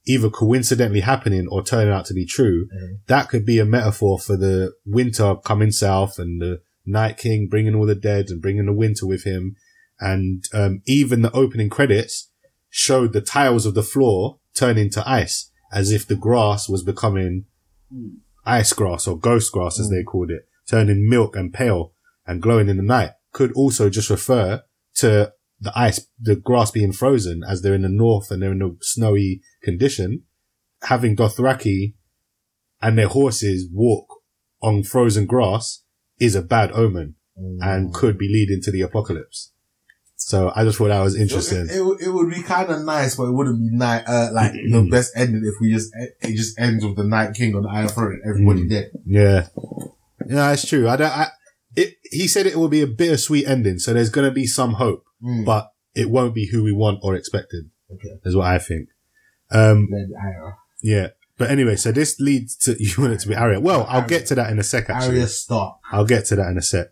either coincidentally happening or turning out to be true.
Mhm.
That could be a metaphor for the winter coming south and the Night King bringing all the dead and bringing the winter with him. And um, even the opening credits showed the tiles of the floor turning to ice as if the grass was becoming
Mm.
Ice grass or ghost grass, as they called it, turning milk and pale and glowing in the night, could also just refer to the ice, the grass being frozen as they're in the north and they're in a snowy condition. Having Dothraki and their horses walk on frozen grass is a bad omen
Mm.
and could be leading to the apocalypse. So I just thought that was interesting.
It, it, would- it would be kind of nice, but it wouldn't be ni- uh, like the best ending if we just it just ends with the Night King on the Iron Throne and everybody dead.
Yeah. Yeah, it's true. I don't, I, it, he said it will be a bittersweet ending. So there's going to be some hope,
Mm.
but it won't be who we want or expected.
Okay.
Is what I think. Um,
Then Arya,
yeah. But anyway, so this leads to, you want it to be Arya. Well, I'll get to that in a sec, actually.
Arya Stark,
I'll get to that in a sec.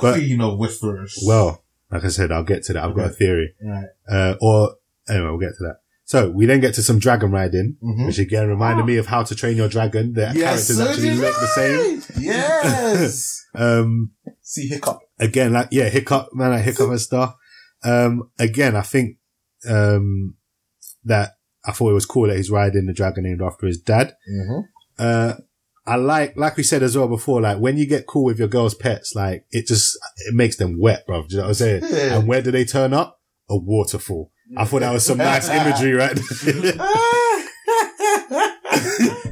But-
Queen of Westeros.
Well, like I said, I'll get to that. I've got a
Okay.
theory.
Right.
Uh, or anyway, we'll get to that. So we then get to some dragon riding,
Mhm.
which again reminded me of How to Train Your Dragon. The characters
so
actually
did
look the same.
I. Yes.
Um,
See hiccup.
again, like yeah, hiccup man, like hiccup and stuff. Um, again, I think um that I thought it was cool that he's riding the dragon named after his dad. Uh, I like like we said as well before, like when you get cool with your girl's pets, like it just it makes them wet, bro. Do you know what I'm saying?
Yeah.
And where do they turn up? A waterfall. I thought that was some nice imagery, right?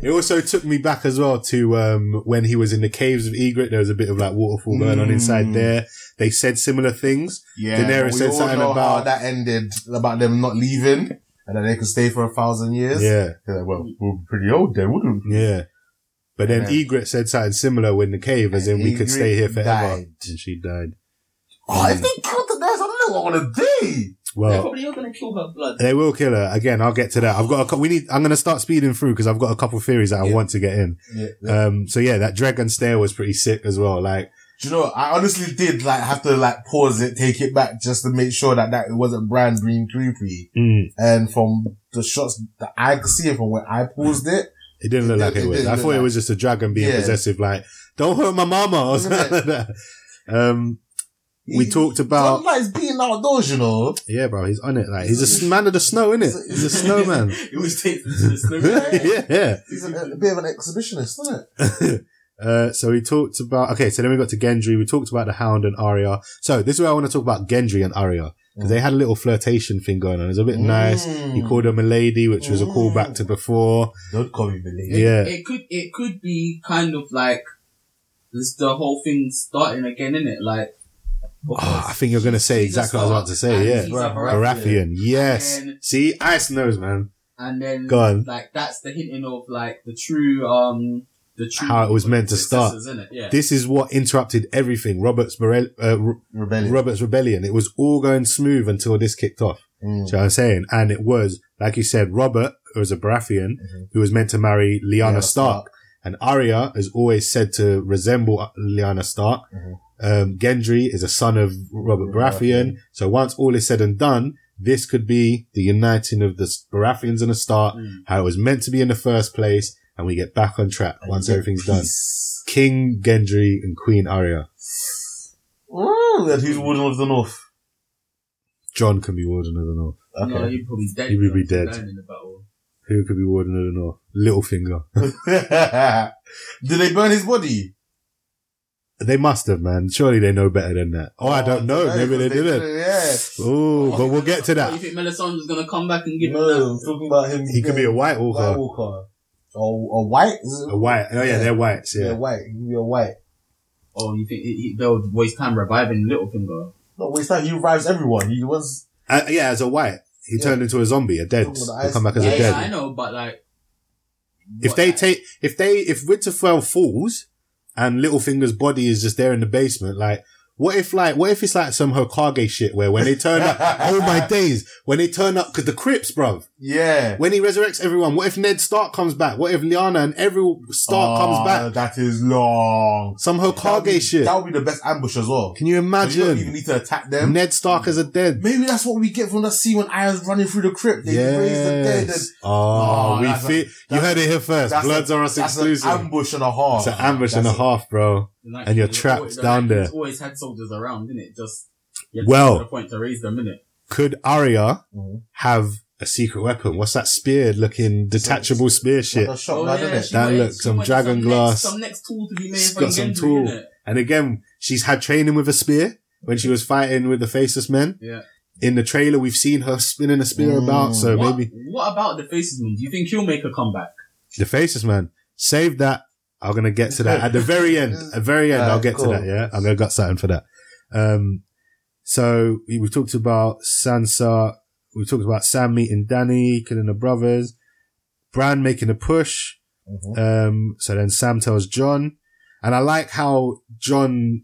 it also took me back as well to um, when he was in the caves of Egret. There was a bit of like waterfall going on inside
Mm.
there. They said similar things.
Yeah,
Daenerys
but we
said
all
something
know how
about-
that ended about them not leaving and that they could stay for a thousand years.
Yeah,
They're like, well, we're pretty old then, wouldn't we?
yeah. But then
Yeah.
Egret said something similar when the cave, as in
And
we could stay here
Ygritte
forever.
died.
And she died.
Oh, if they killed the nurse, I don't know what I want to do.
They're
Well,
probably all gonna kill her blood.
they will kill her again. I'll get to that. I've got. A, cou- we need. I'm going to start speeding through because I've got a couple theories that I
Yeah.
want to get in. Um. So yeah, that dragon stair was pretty sick as well. Like,
Do you know, what? I honestly did like have to like pause it, take it back just to make sure that, that it wasn't brand green creepy.
mm,
And from the shots that I could see and from where I paused it,
it didn't look
It-
like it,
it
was.
didn't
I
look
thought it
like-
was just a dragon being
Yeah.
possessive. Like, don't hurt my mama or
Isn't it?
something like that. Um. We
he-
talked about.
Sunlight's being outdoors, you know.
Yeah, bro, he's on it. Like, he's a s- man of the snow, innit? He's a snowman.
It always takes them to the snowman.
yeah. yeah.
He's a, a bit of an exhibitionist, isn't it?
Uh, so we talked about okay. So then we got to Gendry. We talked about the Hound and Arya. So this is where I want to talk about Gendry and Arya
Mm.
because they had a little flirtation thing going on. It was a bit nice. He called her Milady, which was a callback to before.
Don't call me Billy.
Yeah,
It could it could be kind of like this the whole thing starting again, innit? Like
oh, I think you're gonna say
He's a
exactly what I was about to
and
say.
he's
Yeah,
a Baratheon.
Baratheon. Yes.
And-
See, Ice knows, man.
and then
Go on.
like that's the hinting of like the true um the true
How it was meant to start.
Isn't it? Yeah.
This is what interrupted everything. Robert's Borel- uh, R-
Rebellion.
Robert's rebellion. It was all going smooth until this kicked off.
Mm.
Do you know what I'm saying? And it was, like you said, Robert, who was a Baratheon, who was meant to marry Lyanna
Lyanna
Stark. And Arya is always said to resemble uh, Lyanna Stark.
Mhm.
Um, Gendry is a son of Robert Baratheon.
Baratheon.
So once all is said and done, this could be the uniting of the Baratheons and the Stark,
Mm.
how it was meant to be in the first place, and we get back on track
And
once
you get
everything's done.
peace.
King Gendry and Queen Arya.
Ooh, that who's Warden of the North?
John can be Warden of the North.
No, you'd probably be dead.
He would be
Dying
dead.
in the battle.
Who could be Warden of the North? Littlefinger.
Did they burn his body?
They must have, man. Surely they know better than that. Oh, I don't know. Maybe they didn't.
didn't, Yeah.
Oh, but we'll get to
Oh, you
that.
think Melisandre's gonna come back and give
No,
him
I'm talking about him.
He could be a White
White
Walker.
Walker. Or a white? Is it-
A white. Oh yeah,
Yeah.
they're whites.
Yeah,
Yeah.
white. He could be a white.
Oh, you think he, he, they'll waste time reviving Littlefinger?
No, waste time. He revives everyone. He was.
Uh, yeah, as a white, he
Yeah.
turned into a zombie, a dead.
Oh, the
He'll
eyes-
come back as
Yeah,
a
yeah, I
dead.
know, but like,
If
what-
they take, if they, if Winterfell falls and Littlefinger's body is just there in the basement, like. What if like, what if it's like some Hokage shit where when they turn up, oh my days, when they turn up, cause the Crips, bruv,
Yeah.
when he resurrects everyone, what if Ned Stark comes back? What if Lyanna and every Stark comes
Oh,
back?
That is long.
Some
That would be-
Hokage shit.
That would be the best ambush as well.
Can you
So You don't even
imagine?
need to attack them.
Ned Stark as a dead.
Maybe that's what we get from that scene when Arya's running through the crypt. They raise the dead. And
Yes. Oh,
Oh,
we
that's a-
fit. You
that's-
heard it here first.
that's a-
Bloods are us
that's
exclusive.
an ambush and a half.
it's an ambush and a
That's
half, bro.
like,
and you're
they've
trapped
always-
down
they've
there.
Always had soldiers around, didn't it? Just you have to
Well-
get to the point to raise them, innit?
Could Arya
Mhm.
have a secret weapon. What's that spear looking detachable spear shit?
Like a
Oh,
shot
Oh,
blood, innit?
That looks some dragon glass.
some next tool to be made
She's
from
got some tool. And again, she's had training with a spear when she was fighting with the faceless men.
Yeah.
In the trailer, we've seen her spinning a spear
Mm.
about, so
what,
maybe
what about the faces one? Do you think he'll make a comeback?
the faceless man. Save that. I'm gonna get to that at the very end. At the very end,
Alright,
I'll get
cool.
to that. Yeah, I'm gonna got something for that. Um, so we, we talked about Sansa. We talked about Sam meeting Danny, killing the brothers. Bran making a push.
Mhm.
Um, so then Sam tells John, and I like how John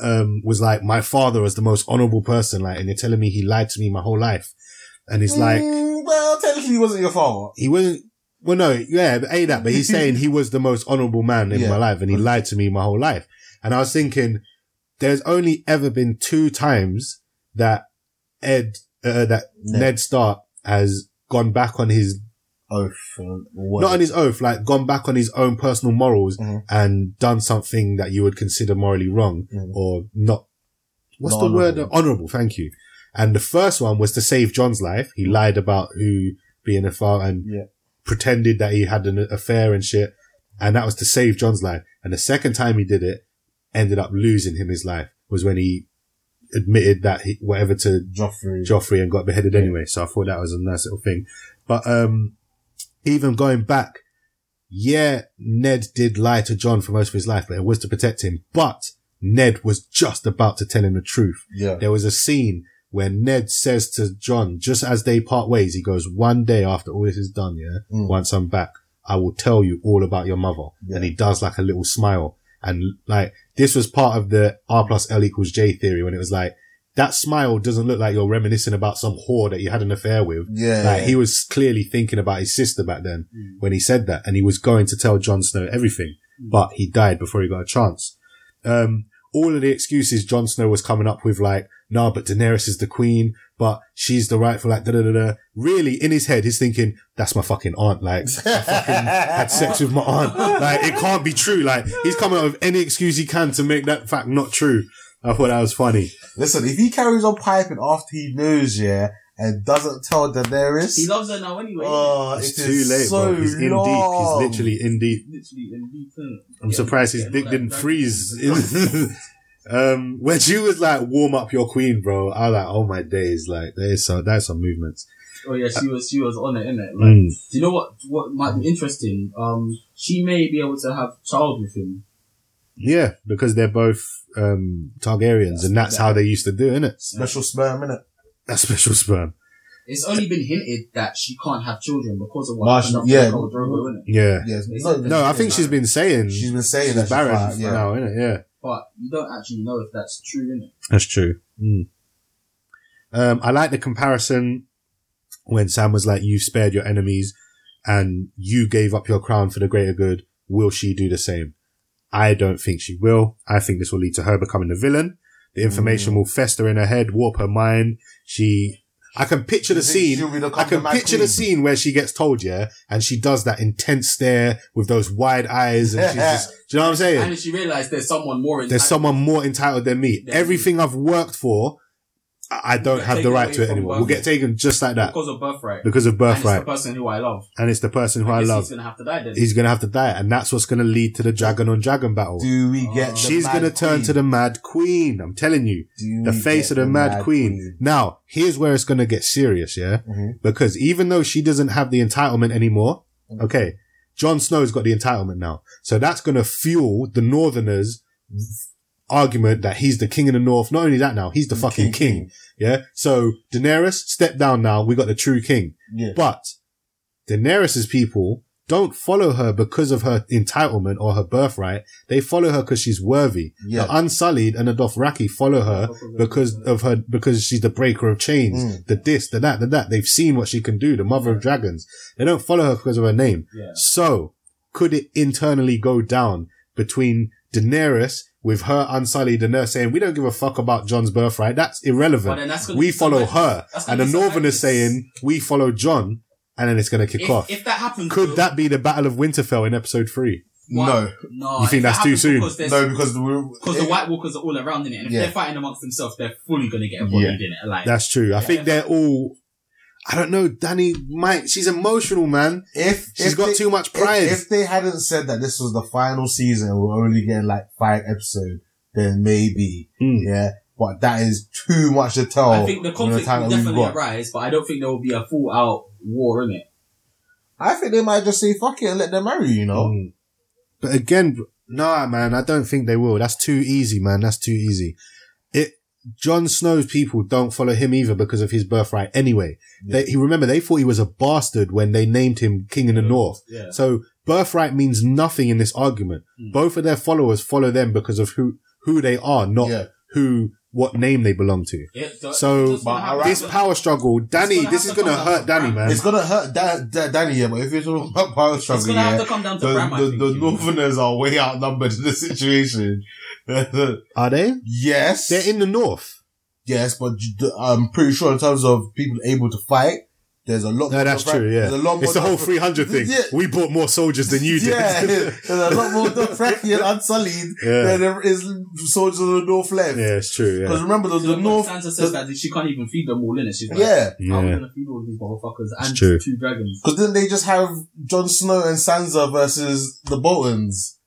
um, was like, "My father was the most honorable person," like, and you're telling me he lied to me my whole life, and he's like, Oh,
Mm, well, technically, he wasn't your father.
he wasn't. Well, no, yeah, but ain't that? But he's saying he was the most honorable man in
Yeah.
my life, and he lied to me my whole life. And I was thinking, there's only ever been two times that Ed, uh, that
Ned.
Ned Stark has gone back on his
Oh, for what?
not on his oath, like gone back on his own personal morals
Mhm.
and done something that you would consider morally wrong
Mhm.
or not. What's
Not
the word?
honourable.
Honorable. Thank you. And the first one was to save John's life. He lied about who being a father and
Yeah.
pretended that he had an affair and shit. And that was to save John's life. And the second time he did it, ended up losing him his life was when he admitted that he, whatever to
Joffrey.
Joffrey and got beheaded anyway. So I thought that was a nice little thing. But um, even going back, yeah, Ned did lie to John for most of his life, but it was to protect him. But Ned was just about to tell him the truth.
yeah.
There was a scene where Ned says to John, just as they part ways, he goes, one day after all this is done, yeah,
Mm.
once I'm back, I will tell you all about your mother.
Yeah.
And he does like a little smile. And like, this was part of the R plus L equals J theory when it was like, that smile doesn't look like you're reminiscing about some whore that you had an affair with.
Yeah. Mm.
Like he was clearly thinking about his sister back then when he said that, and he was going to tell Jon Snow everything, but he died before he got a chance. Um, all of the excuses Jon Snow was coming up with, like, nah, but Daenerys is the queen, but she's the rightful, like, da da da da. Really, in his head, he's thinking, that's my fucking aunt, like, I fucking had sex with my aunt. Like, it can't be true. Like, he's coming up with any excuse he can to make that fact not true. I thought that was funny.
Listen, if he carries on piping after he knows, yeah, and doesn't tell Daenerys,
He loves her now anyway.
oh,
It's
it
too
is
late,
so
bro. He's in
long.
deep. He's literally in deep.
Literally, and he turned-
I'm
Yeah,
surprised his
yeah,
dick
not
didn't
that-
freeze. um, when she was like, warm up your queen, bro, I was like, oh my days, like, there's some, that's some movements.
Oh yeah, she was she was on it, innit? Like,
Mm.
do you know what? What might be interesting? Um, she may be able to have child with him.
Yeah, because they're both, um, Targaryens, and that's how they used to do, innit?
Special sperm, innit?
That special sperm.
It's only been hinted that she can't have children because of what
Marsh-
happened
yeah.
after Khal Drogo, innit?
Yeah.
Yes.
No, I think she's been saying,
She's
she's
been saying that she's
barren
fine, yeah.
now, innit? Yeah.
But you don't actually know if that's true, innit?
That's true. Mm. Um, I like the comparison when Sam was like, "You've spared your enemies, and you gave up your crown for the greater good." Will she do the same? I don't think she will. I think this will lead to her becoming the villain. The information will fester in her head, warp her mind. She, I can picture the scene. I can picture the scene where she gets told, yeah, and she does that intense stare with those wide eyes, and she's just, do you know what I'm saying?
And then she realized there's someone more. in-
there's someone more entitled than me.
Than
Everything I've worked for, I I don't
Get
have the
taken
right
away
to it
from
anymore. We'll get
birthright.
taken just like that
because of birthright.
because of
And it's the
birthright.
person who I love.
And it's the person who I
guess
love.
He's gonna have to die then.
He's going to have to die. And that's what's going to lead to the dragon on dragon battle.
Do we get?
Oh.
the
She's
Mad
going to turn
Queen?
to the mad queen. I'm telling you,
Do
the
we
face
get
of the, mad, queen. Mm-hmm. Now, here's where it's going to get serious. Yeah.
Mhm.
Because even though she doesn't have the entitlement anymore, okay, Jon Snow's got the entitlement now. So that's going to fuel the Northerners' argument that he's the king of the North. Not only that, now he's the fucking king. Yeah. So Daenerys, step down now. We got the true king.
Yeah.
But Daenerys's people don't follow her because of her entitlement or her birthright. They follow her because she's worthy.
Yeah.
The Unsullied and the Dothraki follow her because of her, because she's the breaker of chains,
Mm.
the this, the that, the that. They've seen what she can do, the mother of dragons. They don't follow her because of her name.
Yeah.
So could it internally go down between Daenerys with her unsullied and her saying, we don't give a fuck about John's birthright. That's
But
irrelevant.
then that's gonna
We
be
follow
somebody-
her.
that's gonna
And the
be somebody-
Northerners saying, we follow John. And then it's going to kick off.
if, if that happens,
could that be the Battle of Winterfell in episode three?
Why-
No.
No,
You
if
think
it
that's too
happens
soon?
Because there's-
No, because we're,
because the White Walkers are all around in it, and if
Yeah.
they're fighting amongst themselves, they're fully going to get embodied in it. Like,
That's true. I think they're all, I don't know. Danny might. She's emotional, man.
If
She's
if
got
they-
too much
if-
pride.
If, they hadn't said that this was the final season, and we're only getting like five episodes, then maybe
Mm.
yeah. But that is too much to tell.
I think the
in
conflict
time
will
that we've
definitely
got.
arise, but I don't think there will be a full out war in it.
I think they might just say fuck it and let them marry. You know.
Mm. But again, nah, man, I don't think they will. That's too easy, man. That's too easy. It. Jon Snow's people don't follow him either because of his birthright. Anyway, they, he remember they thought he was a bastard when they named him King in the North.
Yeah.
So birthright means nothing in this argument.
Mm.
Both of their followers follow them because of who who they are, not
Yeah.
who what name they belong to.
It do-
So
it's gonna
but
happen.
Right.
This power struggle, Danny.
gonna
This
have
is
to
gonna
come
hurt
down to
Danny, man.
It's gonna hurt da- da- Danny, yeah, but if you're talking about power
it's
struggle,
gonna
yeah,
have to come down to
the,
Bram. I
the,
think,
the
you know.
Northerners are way outnumbered in this situation.
Are they?
yes,
They're in the north.
yes, but you- the- I'm pretty sure in terms of people able to fight, there's a lot.
No,
more
that's
different-
true. Yeah,
there's a lot more
it's the whole
different-
three hundred thing.
Yeah.
We bought more soldiers than you did.
Yeah, there's a lot more Dothraki and Unsullied
Yeah.
than there is soldiers of the North left.
Yeah, it's true.
Because
Yeah,
remember, the, the
Sansa
North.
says that she can't even feed them all in it. She's like,
Yeah.
I'm
yeah.
gonna feed all these motherfuckers
It's
and
true.
two dragons.
Because then they just have Jon Snow and Sansa versus the Boltons.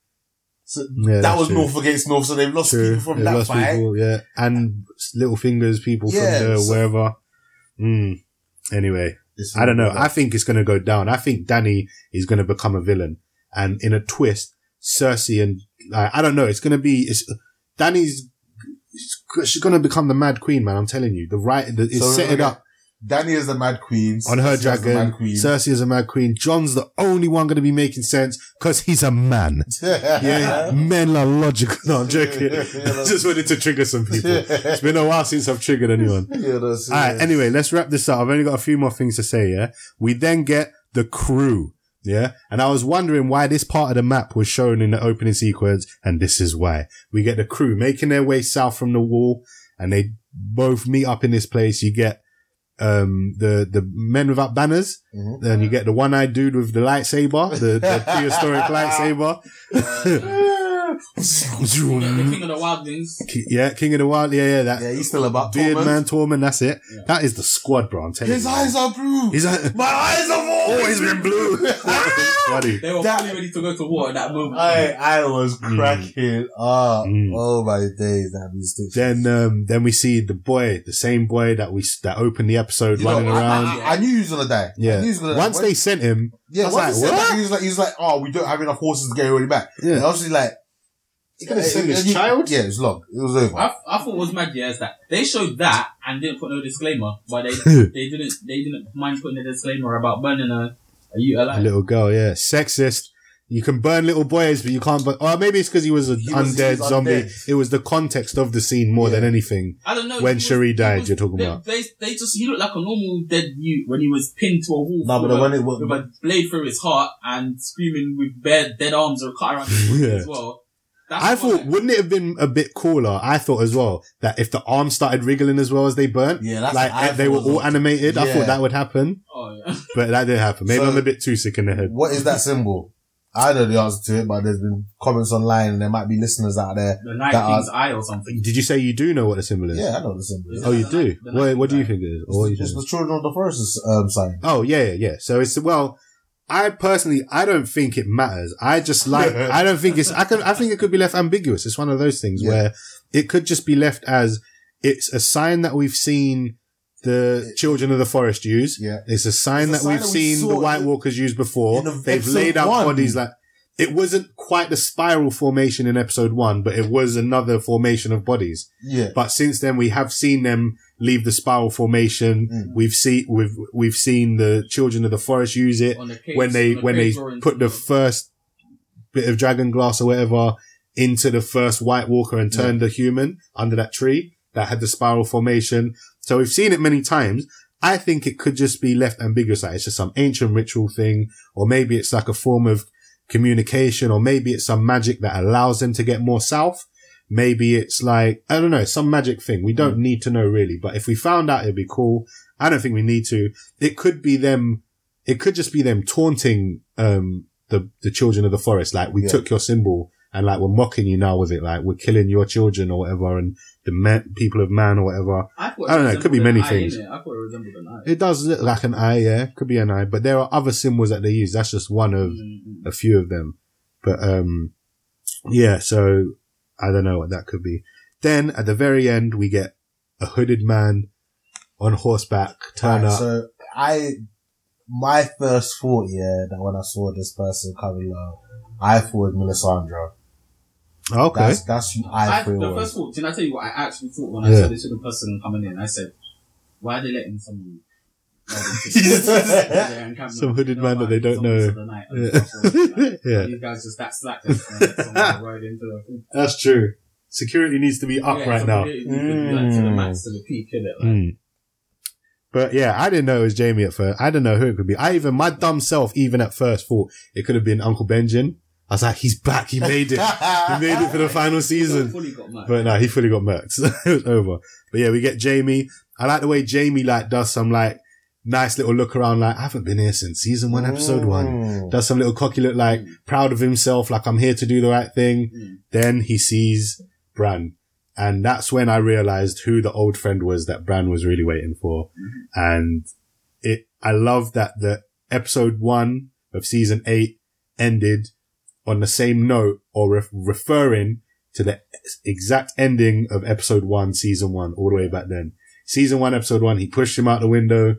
So
Yeah,
that
that's
was
true.
North against North, so they've lost
True.
people from
They've
that
lost
fight.
people, yeah, and little fingers people
Yeah,
from the
so-
wherever. Mm. Anyway, I don't know. I think it's going to go down. I think Danny is going to become a villain, and in a twist, Cersei and I I don't know. It's going to be it's Danny's. She's going to become the Mad Queen, man. I'm telling you, the right. The, it's
So,
set it
okay.
up.
Danny is the Mad Queen.
on her
Cersei is the
dragon.
Mad Queen.
Cersei is a mad queen. John's the only one going to be making sense because he's a man. Yeah, men are logical. No, I'm joking.
Yeah, yeah,
Just wanted to trigger some people. It's been a while since I've triggered anyone.
Yeah, that's-
All right. Anyway, let's wrap this up. I've only got a few more things to say. Yeah. We then get the crew. Yeah. And I was wondering why this part of the map was shown in the opening sequence. And this is why we get the crew making their way south from the wall and they both meet up in this place. You get, um, the, the men without banners.
Mhm.
Then you get the one eyed dude with the lightsaber, the, the prehistoric lightsaber.
Yeah, Uh, the king of the wildlings.
yeah. King of the wild. Yeah. Yeah. That
Yeah, he's still about
beard
Tormund.
man, Tormund. That's it.
Yeah.
That is the squad, bro. I'm telling
His
you.
eyes are blue.
He's like,
My eyes have always been blue.
Bloody.
They were
That-
fully ready to go to war at that moment.
I I was cracking up.
Mm.
Oh my days, that music.
Then, um, then we see the boy, the same boy that we s- that opened the episode
You know,
running
I-
around.
I, I knew he was gonna die. I
yeah.
knew he was gonna die.
Once
When-
they sent him,
yeah,
I was
once he
like,
said that,
what?
he was like, he was like, oh, we don't have enough horses to get everybody back. And
yeah,
I was just like,
He's gonna
uh,
send
uh,
his
you-
child?
Yeah, it was long. It was over.
I, I thought was mad, yeah, is that they showed that and didn't put no disclaimer, but they they didn't they didn't mind putting a disclaimer about burning a a you
a
alive.
little girl, yeah, sexist. You can burn little boys, but you can't. Burn- or maybe it's because he was an
He was- he
undead
was
zombie.
undead.
It was the context of the scene more than
Yeah.
anything.
I don't know he
When
was-
Cherie
he
died,
was-
you're talking
they,
about.
They, they just he looked like a normal dead mute when he was pinned to a wall
No, but
with, a,
when it was,
with a blade through his heart and screaming with bare dead arms or cut around his
Yeah.
as well. That's
I
what
thought,
like-
wouldn't it have been a bit cooler? I thought as well that if the arms started wriggling as well as they burnt,
yeah, that's
like
what I
they were
thought as
all
well.
animated. I
Yeah.
thought that would happen,
oh yeah.
but that didn't happen. Maybe
So-
I'm a bit too sick in the head.
What is that symbol? I know the answer to it, but there's been comments online, and there might be listeners out there.
the Night
That
King's Eye or something.
Did you say you do know what the symbol is?
Yeah, I know the symbol.
Yeah.
Oh, you do.
The Nike
What, what do you
guy.
think it is? Or what do you
It's, it's
think?
the Children of the Forest um, sign.
Oh yeah, yeah, yeah. So it's well, I personally, I don't think it matters. I just like, I don't think it's. I can, I think it could be left ambiguous. It's one of those things
Yeah.
where it could just be left as it's a sign that we've seen the children of the forest use.
Yeah.
It's a sign
It's a
that
sign
we've
that we
seen the
saw
White
in-
Walkers use before.
in the
They've
episode
laid out
one.
bodies like. It wasn't quite the spiral formation in episode one, but it was another formation of bodies.
Yeah.
But since then, we have seen them leave the spiral formation.
Mm.
We've seen we've we've seen the children of the forest use it
On the cage,
when they
on the
when they
cage drawings.
put the first bit of dragon glass or whatever into the first White Walker and turned the human under that tree that had the spiral formation. So we've seen it many times. I think it could just be left ambiguous. Like it's just some ancient ritual thing, or maybe it's like a form of communication, or maybe it's some magic that allows them to get more south. Maybe it's like, I don't know, some magic thing. We don't need to know really, but if we found out, it'd be cool. I don't think we need to. It could be them it could just be them taunting um the the children of the forest like we
Yeah.
took your symbol and like we're mocking you now with it, like we're killing your children or whatever, and the man, people of man or whatever.
I, thought
I don't know, it could be many
resembled an eye,
things.
innit?
I thought it resembled an eye.
It does look like an eye, yeah, could be an eye, but there are other symbols that they use. That's just one of
Mm,
a few of them, but um, yeah. So I don't know what that could be. Then at the very end, we get a hooded man on horseback turn
Right,
up.
So I, my first thought, yeah, that when I saw this person coming up, I thought it was Melisandre.
okay,
That's that's who I,
I,
thought it
the
was.
first thought, did I tell you what I actually thought when I
Yeah.
saw this little person coming in? I said, why are they letting someone?
Jesus.
Some hooded man that they don't know. yeah.
These guys just that slack. that someone rode into the-
That's true. Security needs to be up
Yeah,
right
so
now.
really, you could be like to the max, to the peak, innit? Like,
Mm. But yeah, I didn't know it was Jamie at first. I didn't know who it could be. I even, my dumb self, even at first thought it could have been Uncle Benjin. I was like, he's back. He made it. he made it for the final
Fully-
season.
fully got mad.
But no, he fully got murked. it was over. But yeah, we get Jamie. I like the way Jamie like does some like nice little look around. Like I haven't been here since season one, episode one
Mm.
does some little cocky look like
Mm.
proud of himself, like I'm here to do the right thing.
Mm.
Then he sees Bran. And that's when I realized who the old friend was that Bran was really waiting for.
Mm-hmm.
And it, I love that the episode one of season eight ended on the same note or ref referring to the exact ending of episode one, season one, all the way back then. Season one, episode one, he pushed him out the window.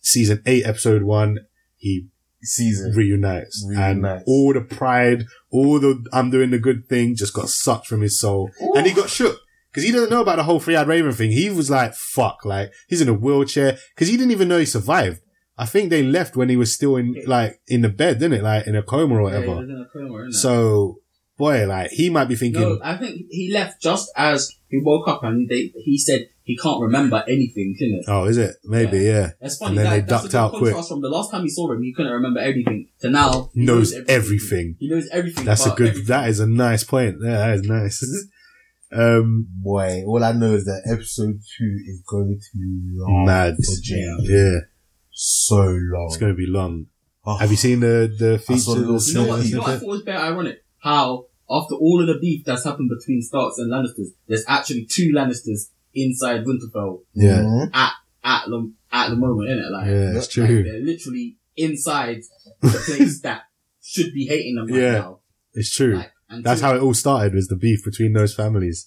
Season eight, episode one, he
season.
reunites. And
Reunites.
all the pride, all the I'm doing the good thing just got sucked from his soul. And he got shook. Cause he didn't know about the whole three eyed raven thing. He was like, fuck, like he's in a wheelchair. Cause he didn't even know he survived. I think they left when he was still in like in the bed, didn't it? Like in a coma or
Yeah, he
whatever.
was in a coma, innit?
So boy, like he might be thinking,
No, I think he left just as he woke up and they, he said he can't remember anything, innit?
Oh, is it? Maybe, yeah.
That's funny.
And then
that,
they
that's
ducked
a good
out
contrast From the last time he saw him, he couldn't remember everything. To now, he
Knows everything.
He knows everything.
That's a
about
good
everything.
that is a nice point. Yeah, that is nice. um
Boy, all I know is that episode two is going to be long
mad.
Oh, for Jamie.
Yeah.
So long.
It's gonna be long.
Oh,
Have you seen the the
I saw the little
features?
You know what? You know what I
Yeah.
thought was better ironic? How after all of the beef that's happened between Starks and Lannisters, there's actually two Lannisters inside Winterfell
Yeah.
Mhm.
at the at the moment, innit? Like,
Yeah, it's
like,
true.
they're literally inside the place that should be hating them right
Yeah,
now.
It's true.
Like, and
That's
two-
how it all started was the beef between those families.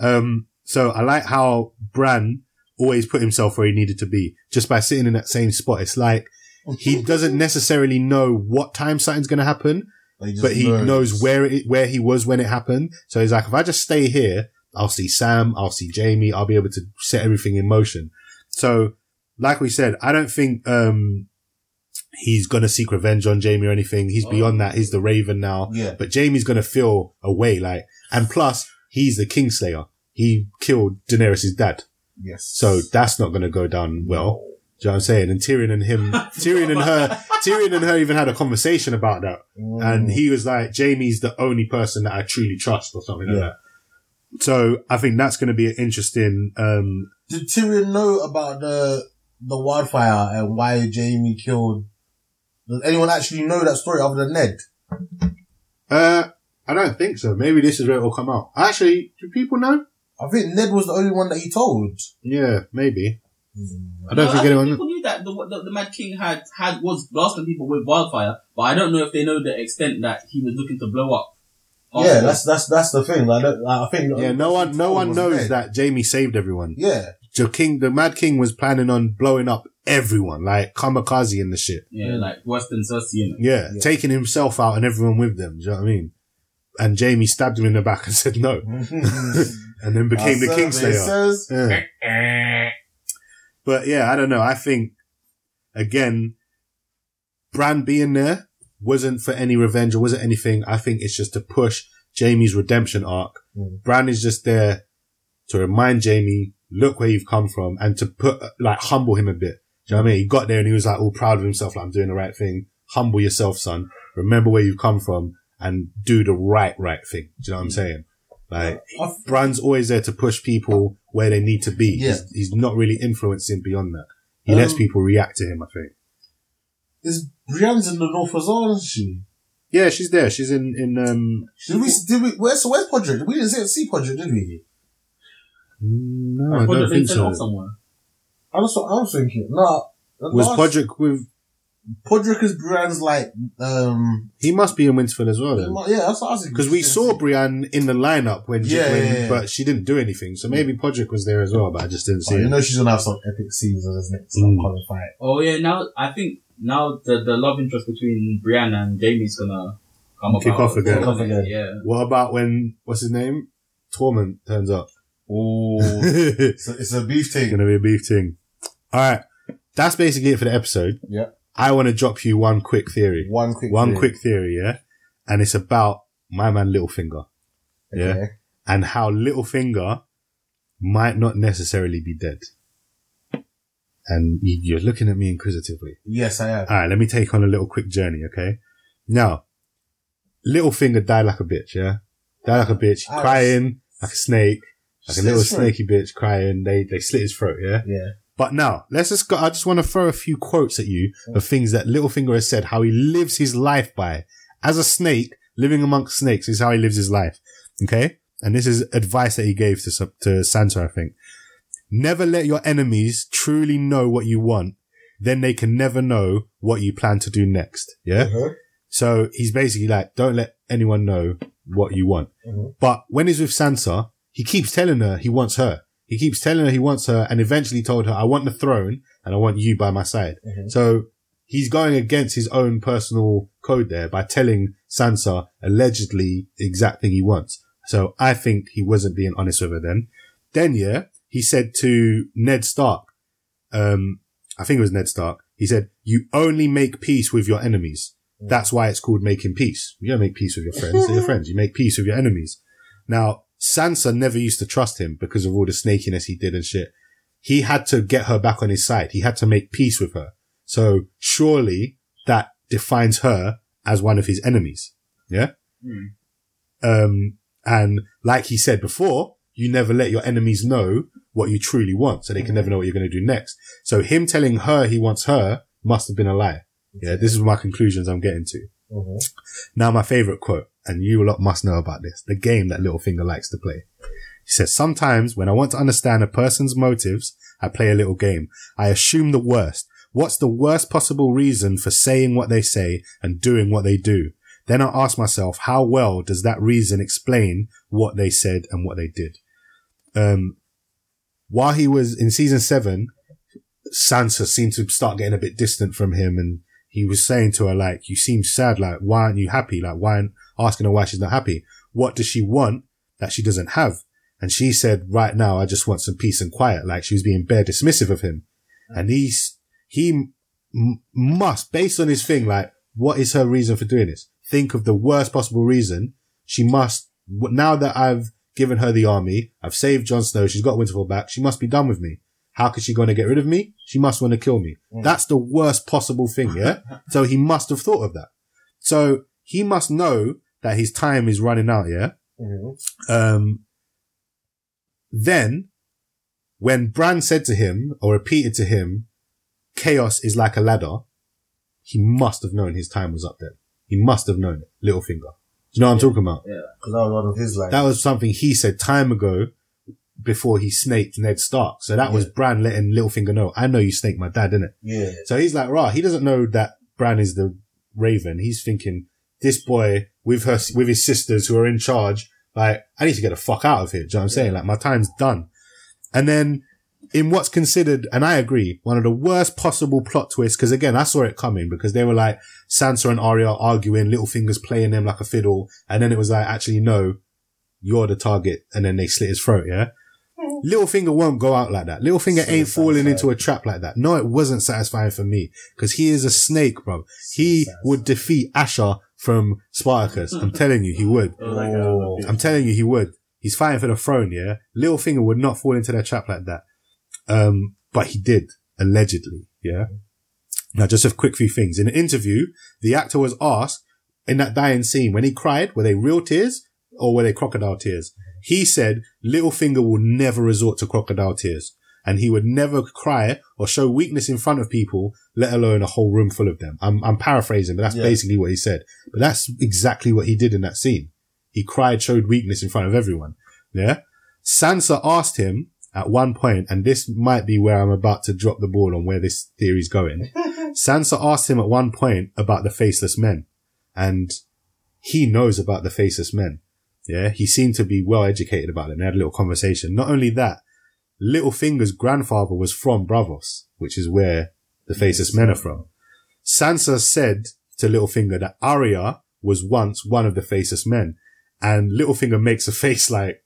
Um, so I like how Bran always put himself where he needed to be just by sitting in that same spot. It's like he doesn't necessarily know what time something's going to happen,
But he, just
but he knows where it, where he was when it happened. So he's like, if I just stay here, I'll see Sam, I'll see Jamie, I'll be able to set everything in motion. So, like we said, I don't think, um, he's gonna seek revenge on Jamie or anything. He's
Oh.
beyond that. He's the Raven now,
Yeah.
but Jamie's gonna feel away, like, and plus, he's the Kingslayer. He killed Daenerys' dad.
Yes.
So that's not gonna go down well. Do you know what I'm saying? And Tyrion and him, Tyrion and her, Tyrion and her even had a conversation about that
Mm.
and he was like, Jamie's the only person that I truly trust or something
Yeah.
like that. So I think that's going to be an interesting, um,
Did Tyrion know about the the wildfire and why Jamie killed? Does anyone actually know that story other than Ned?
uh, I don't think so. Maybe this is where it will come out. Actually, do people know?
I think Ned was the only one that he told.
Yeah, maybe. I don't
No,
think
I
anyone.
People knew that the, the, the Mad King had, had was blasting people with wildfire, but I don't know if they know the extent that he was looking to blow up.
Yeah, that's that's that's the thing. Like, that- like, I think the
Yeah,
only
no
person
one,
he
no
told
one
was
knows
Ned.
that Jamie saved everyone.
Yeah,
The king, the Mad King, was planning on blowing up everyone, like kamikaze and the shit.
yeah, like Western Cersei. innit?
Yeah,
Yeah.
taking himself out and everyone with them. Do you know what I mean? And Jamie stabbed him in the back and said no, and then became the
Our survey
Kingslayer.
says-
Yeah. Eh, But yeah, I don't know. I think again, Bran being there wasn't for any revenge or wasn't anything. I think it's just to push Jamie's redemption arc.
Mm.
Bran is just there to remind Jamie, look where you've come from and to put, like, humble him a bit. Do you know what I mean? He got there and he was like all proud of himself, like, I'm doing the right thing. Humble yourself, son. Remember where you've come from and do the right, right thing. Do you know what I'm saying? Like,
I-
Bran's always there to push people where they need to be.
Yeah.
He's, he's not really influencing beyond that. He
Um,
lets people react to him, I think.
Is Brienne's in the north as well, isn't she?
Yeah, she's there. She's in in um.
Did we? Did we? Where's so where's Podrick? We didn't see, see Podrick, did we?
No,
Or
I
could
don't
have been
think
sent
so.
off somewhere.
I was I was thinking. No, the
Was
last-
Podrick with?
Podrick is Brian's like um.
He must be in Winterfell as well then,
Yeah, that's what I was thinking.
because we saw Brienne in the lineup when, she,
Yeah,
when
yeah, yeah.
but she didn't do anything. So maybe Podrick was there as well, but I just didn't see
Oh, you
it.
know she's gonna have some epic scenes in this next
Mm.
upcoming fight.
Oh yeah, now I think now the, the love interest between Brienne and Jamie's gonna come
Kick
about
off
as well,
again.
Kick off
isn't it?
again.
Yeah.
What about when what's his name? Torment turns up.
Oh,
it's
it's, a, it's a beef thing.
gonna be a beef thing. All right, that's basically it for the episode.
Yeah.
I want to drop you one quick theory.
One quick.
One
thing.
quick theory, yeah, and it's about my man Littlefinger yeah.
Okay.
and how Littlefinger might not necessarily be dead. And you- you're looking at me inquisitively.
Yes, I am.
All right, let me take on a little quick journey, okay? Now, Littlefinger died like a bitch, yeah? Died like a bitch,
Ouch.
crying like a snake, like a
Ah, Slit
little
his throat.
snaky bitch crying. They they slit his throat, yeah?
Yeah.
But now, let's just go. I just want to throw a few quotes at you of things that Littlefinger has said, how he lives his life by. As a snake, living amongst snakes is how he lives his life. Okay? And this is advice that he gave to, Sa- to Sansa, I think. Never let your enemies truly know what you want. Then they can never know what you plan to do next. Yeah?
Uh-huh.
So he's basically like, don't let anyone know what you want.
Mhm.
But when he's with Sansa, he keeps telling her he wants her. He keeps telling her he wants her and eventually told her, I want the throne and I want you by my side.
Mhm.
So he's going against his own personal code there by telling Sansa allegedly the exact thing he wants. So I think he wasn't being honest with her then. Then, yeah, he said to Ned Stark, um, I think it was Ned Stark. He said, you only make peace with your enemies. That's why it's called making peace. You don't make peace with your friends. They're your friends. You make peace with your enemies. Now, Sansa never used to trust him because of all the snakiness he did and shit. He had to get her back on his side. He had to make peace with her. So surely that defines her as one of his enemies. Yeah.
Hmm.
Um, and like he said before, you never let your enemies know what you truly want. So they can never know what you're going to do next. So him telling her he wants her must have been a lie. Yeah. This is my conclusions I'm getting to.
Mhm.
Now, my favorite quote, and you lot must know about this, the game that Littlefinger likes to play. He says, sometimes when I want to understand a person's motives, I play a little game. I assume the worst. What's the worst possible reason for saying what they say and doing what they do? Then I ask myself, how well does that reason explain what they said and what they did? Um, while he was in season seven, Sansa seemed to start getting a bit distant from him and he was saying to her, like, you seem sad. Like, why aren't you happy? Like, why aren't asking her why she's not happy? What does she want that she doesn't have? And she said, right now, I just want some peace and quiet. Like she was being bare dismissive of him. And he's, he m- must, based on his thing, like, what is her reason for doing this? Think of the worst possible reason. She must, w- now that I've given her the army, I've saved Jon Snow, she's got Winterfell back, she must be done with me. How could she going to get rid of me? She must want to kill me.
Mm.
That's the worst possible thing, yeah? so he must have thought of that. So he must know that his time is running out, yeah?
Mhm.
Um, then, when Bran said to him or repeated to him, "Chaos is like a ladder," he must have known his time was up then. He must have known it. Littlefinger. Do you know what I'm talking about?
'Cause that was one of his like.
That was something he said time ago before he snaked Ned Stark. So that was Bran letting Littlefinger know, "I know you snaked my dad, innit?"
yeah.
So he's like, "Rah." He doesn't know that Bran is the Raven. He's thinking this boy with her, with his sisters who are in charge. Like, I need to get the fuck out of here. Do you know what I'm saying? Like, my time's done. And then in what's considered, and I agree, one of the worst possible plot twists. Cause again, I saw it coming because they were like Sansa and Arya arguing, Littlefinger's playing them like a fiddle. And then it was like, actually, no, you're the target. And then they slit his throat. Yeah. Littlefinger won't go out like that. Littlefinger
So
ain't falling
satisfying.
into a trap like that. No, it wasn't satisfying for me because he is a snake, bro. He
Satisfying.
would defeat Asher from Spartacus. I'm telling you, he would.
It was like a-
Oh.
I'm telling you, he would. He's fighting for the throne, yeah? Littlefinger would not fall into that trap like that. Um, but he did, allegedly, yeah? Now, just a quick few things. In an interview, the actor was asked in that dying scene when he cried, were they real tears or were they crocodile tears? He said, Littlefinger will never resort to crocodile tears. and he would never cry or show weakness in front of people, let alone a whole room full of them. I'm, I'm paraphrasing, but that's
Yeah.
basically what he said. But that's exactly what he did in that scene. He cried, showed weakness in front of everyone. Yeah. Sansa asked him at one point, and this might be where I'm about to drop the ball on where this theory's going. Sansa asked him at one point about the faceless men and he knows about the faceless men. Yeah. He seemed to be well educated about it. They had a little conversation. Not only that, Littlefinger's grandfather was from Bravos, which is where the faceless men are from. Sansa said to Littlefinger that Arya was once one of the faceless men. And Littlefinger makes a face like,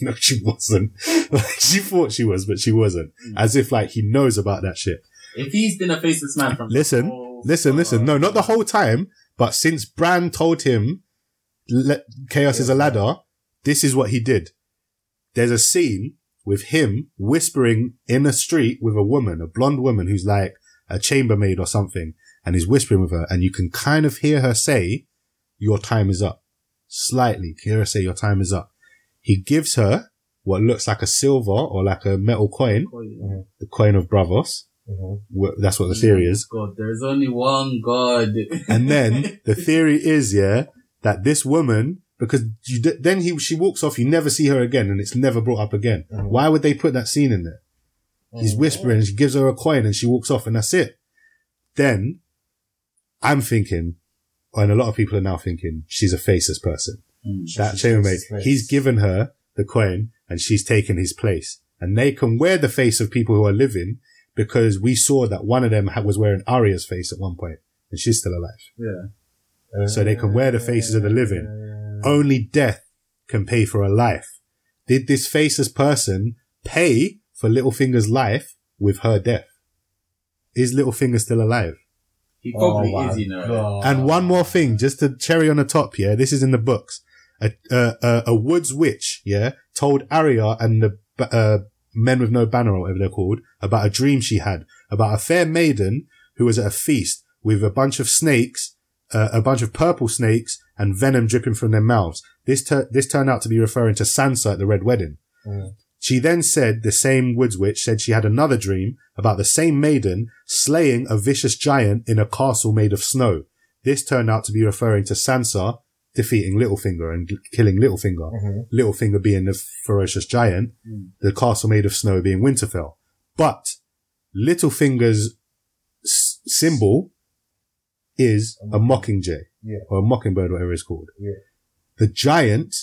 no, she wasn't. like, she thought she was, but she wasn't. As if, like, he knows about that shit.
If he's been a faceless man from
Listen,
Oh,
listen, listen. No, not the
fuck.
whole time, but since Bran told him "Let- chaos is a ladder, this is what he did. There's a scene with him whispering in a street with a woman, a blonde woman who's like a chambermaid or something, and he's whispering with her, and you can kind of hear her say, Your time is up. Slightly, hear her say, Your time is up. He gives her what looks like a silver or like a metal coin, the coin of Bravos.
mm-hmm.
Wh- That's what the theory is.
God, there is only one God.
And then the theory is, yeah, that this woman, because you, d- then he, she walks off, you never see her again, and it's never brought up again.
Mhm.
Why would they put that scene in there?
Oh, Mm.
He's whispering, she gives her a coin, and she walks off, and that's it. Then I'm thinking, and a lot of people are now thinking, she's a faceless person.
Hmm.
That chambermaid, he's given her the coin, and she's taken his place. And they can wear the face of people who are living because we saw that one of them ha- was wearing Arya's face at one point, and she's still alive so they can wear the faces of the living. Only death can pay for a life. Did this faceless person pay for Littlefinger's life with her death? Is Littlefinger still alive?
Oh
He probably is, you know.
And one more thing, just to cherry on the top, yeah, this is in the books. A, a, a, a woods witch, yeah, told Arya and the b- uh, men with no banner or whatever they're called about a dream she had about a fair maiden who was at a feast with a bunch of snakes, uh, a bunch of purple snakes and venom dripping from their mouths. This, tur this turned out to be referring to Sansa at the Red Wedding. She then said the same woods witch said she had another dream about the same maiden slaying a vicious giant in a castle made of snow. This turned out to be referring to Sansa defeating Littlefinger and killing Littlefinger.
Mm-hmm.
Littlefinger being the ferocious giant,
Mm.
the castle made of snow being Winterfell. But Littlefinger's s- symbol is a mockingjay
Yeah.
or a mockingbird, whatever it's called.
Yeah.
The giant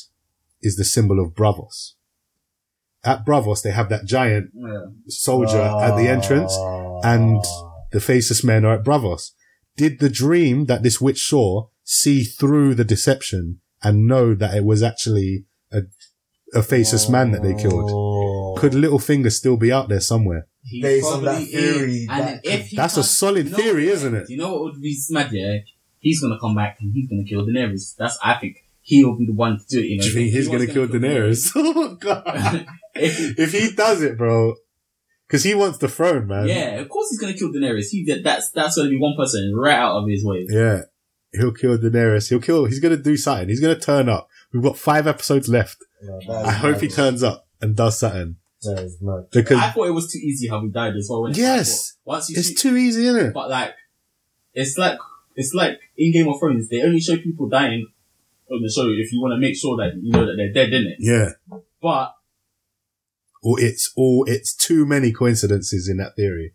is the symbol of Bravos. At Bravos, they have that giant soldier at the entrance
Ah.
and the faceless men are at Bravos. Did the dream that this witch saw see through the deception and know that it was actually a, a faceless man that they killed?
Oh,
Could Littlefinger still be out there somewhere?
He
Based on
probably
that theory,
is.
that
And if he
That's a
comes-
solid
you know-
theory, isn't it?
Do you know what would be smart? Yeah, he's gonna come back and he's gonna kill Daenerys. That's I think he'll be the one to do it. You know,
Do you think
If
he's
he
going
was
to kill Daenerys? oh my god.
If-
if he does it, bro, because he wants the throne, man.
yeah, of course he's gonna kill Daenerys. He did- that's that's gonna be one person right out of his way.
Yeah. He'll kill Daenerys. He'll kill, he's going to do something. He's going to turn up. We've got five episodes left. I hope he turns up and does something because
I thought it was too easy how he died as well. wasn't it?
Yes.
I thought once you see,
it's too easy, isn't it?
but like it's like it's like in Game of Thrones they only show people dying on the show if you want to make sure that you know that they're dead, in it?
Yeah.
But
Or it's all, it's too many coincidences in that theory.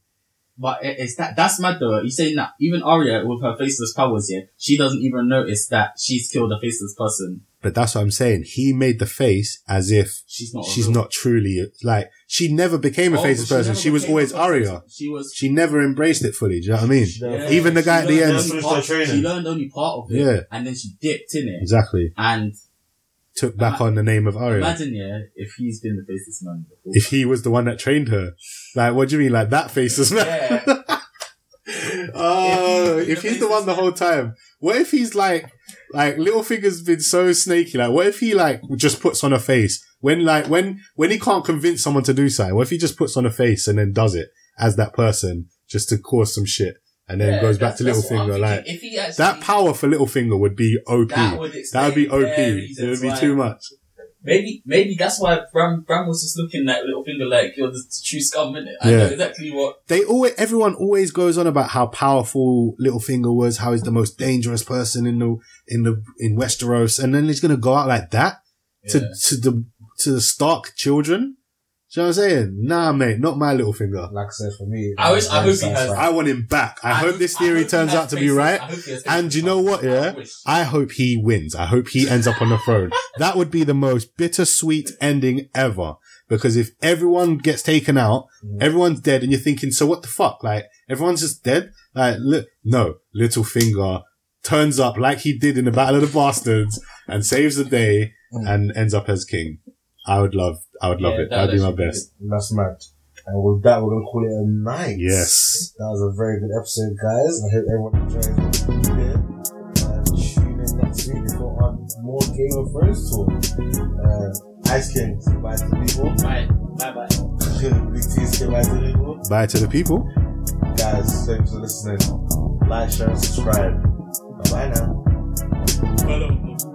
But it- it's that that's mad though. You saying that even Arya with her faceless powers, yeah, she doesn't even notice that she's killed a faceless person.
But that's what I'm saying. He made the face as if
She's not. a
she's
real-
not truly like she never became a
Oh,
faceless
but she
person.
never
She was
became
always
a faceless-
Arya.
She was.
She never embraced it fully. Do you know what I mean?
Yeah.
Even the guy at the
learned
end.
only
Finished
part-
her training.
She learned only part of it,
Yeah.
and then she dipped in it.
Exactly.
And
Took back on the name of Arya.
imagine, yeah, if he's been the faceless man before.
If he was the one that trained her, like what do you mean, like that faceless man?
yeah,
Oh, if he's the one the whole time, what if he's like, like Littlefinger's been so snaky? Like, what if he like just puts on a face when like when when he can't convince someone to do something? What if he just puts on a face and then does it as that person just to cause some shit and then
Yeah,
goes back
that's-
to
that's what I'm
Littlefinger?
thinking.
Like
if he actually,
that power for Littlefinger would be OP.
that
That
would,
would be
explain
OP.
their reasons
It would be
why-
too much.
Maybe, maybe that's why Bram, Bram was just looking at little finger like you're the true scum, innit? I
Yeah.
know exactly what.
They always, everyone always goes on about how powerful Littlefinger was, how he's the most dangerous person in the in the in Westeros, and then he's gonna go out like that to
Yeah.
to the to the Stark children. Do you know what I'm saying? Nah, mate, not my Littlefinger.
Like I said, for me,
I wish- I hope he has-
I want him back. I, hope this theory
hope he
turns
has
out to be
faces.
right.
I hope he has faces.
And you know what?
I
Yeah,
wish.
I hope he wins. I hope he ends up on the throne. That would be the most bittersweet ending ever. Because if everyone gets taken out,
Mm.
everyone's dead, and you're thinking, so what the fuck? Like everyone's just dead. Like li- no, Littlefinger turns up like he did in the Battle of the Bastards and saves the day
Mm.
and ends up as king. I would love, I would love
Yeah,
it.
that
I'd do my
actually be
best.
that's mad. And with that, we're gonna call it a night.
Yes.
that was a very good episode, guys. I hope everyone enjoyed it. Uh, tune in next week for on more Game of Thrones talk. Uh, Ice King, say bye to the people.
Bye. Bye bye.
Big T, say bye to the people.
Bye to the people.
Guys, thanks for listening. Like, share, and subscribe. Bye bye now.
Well done.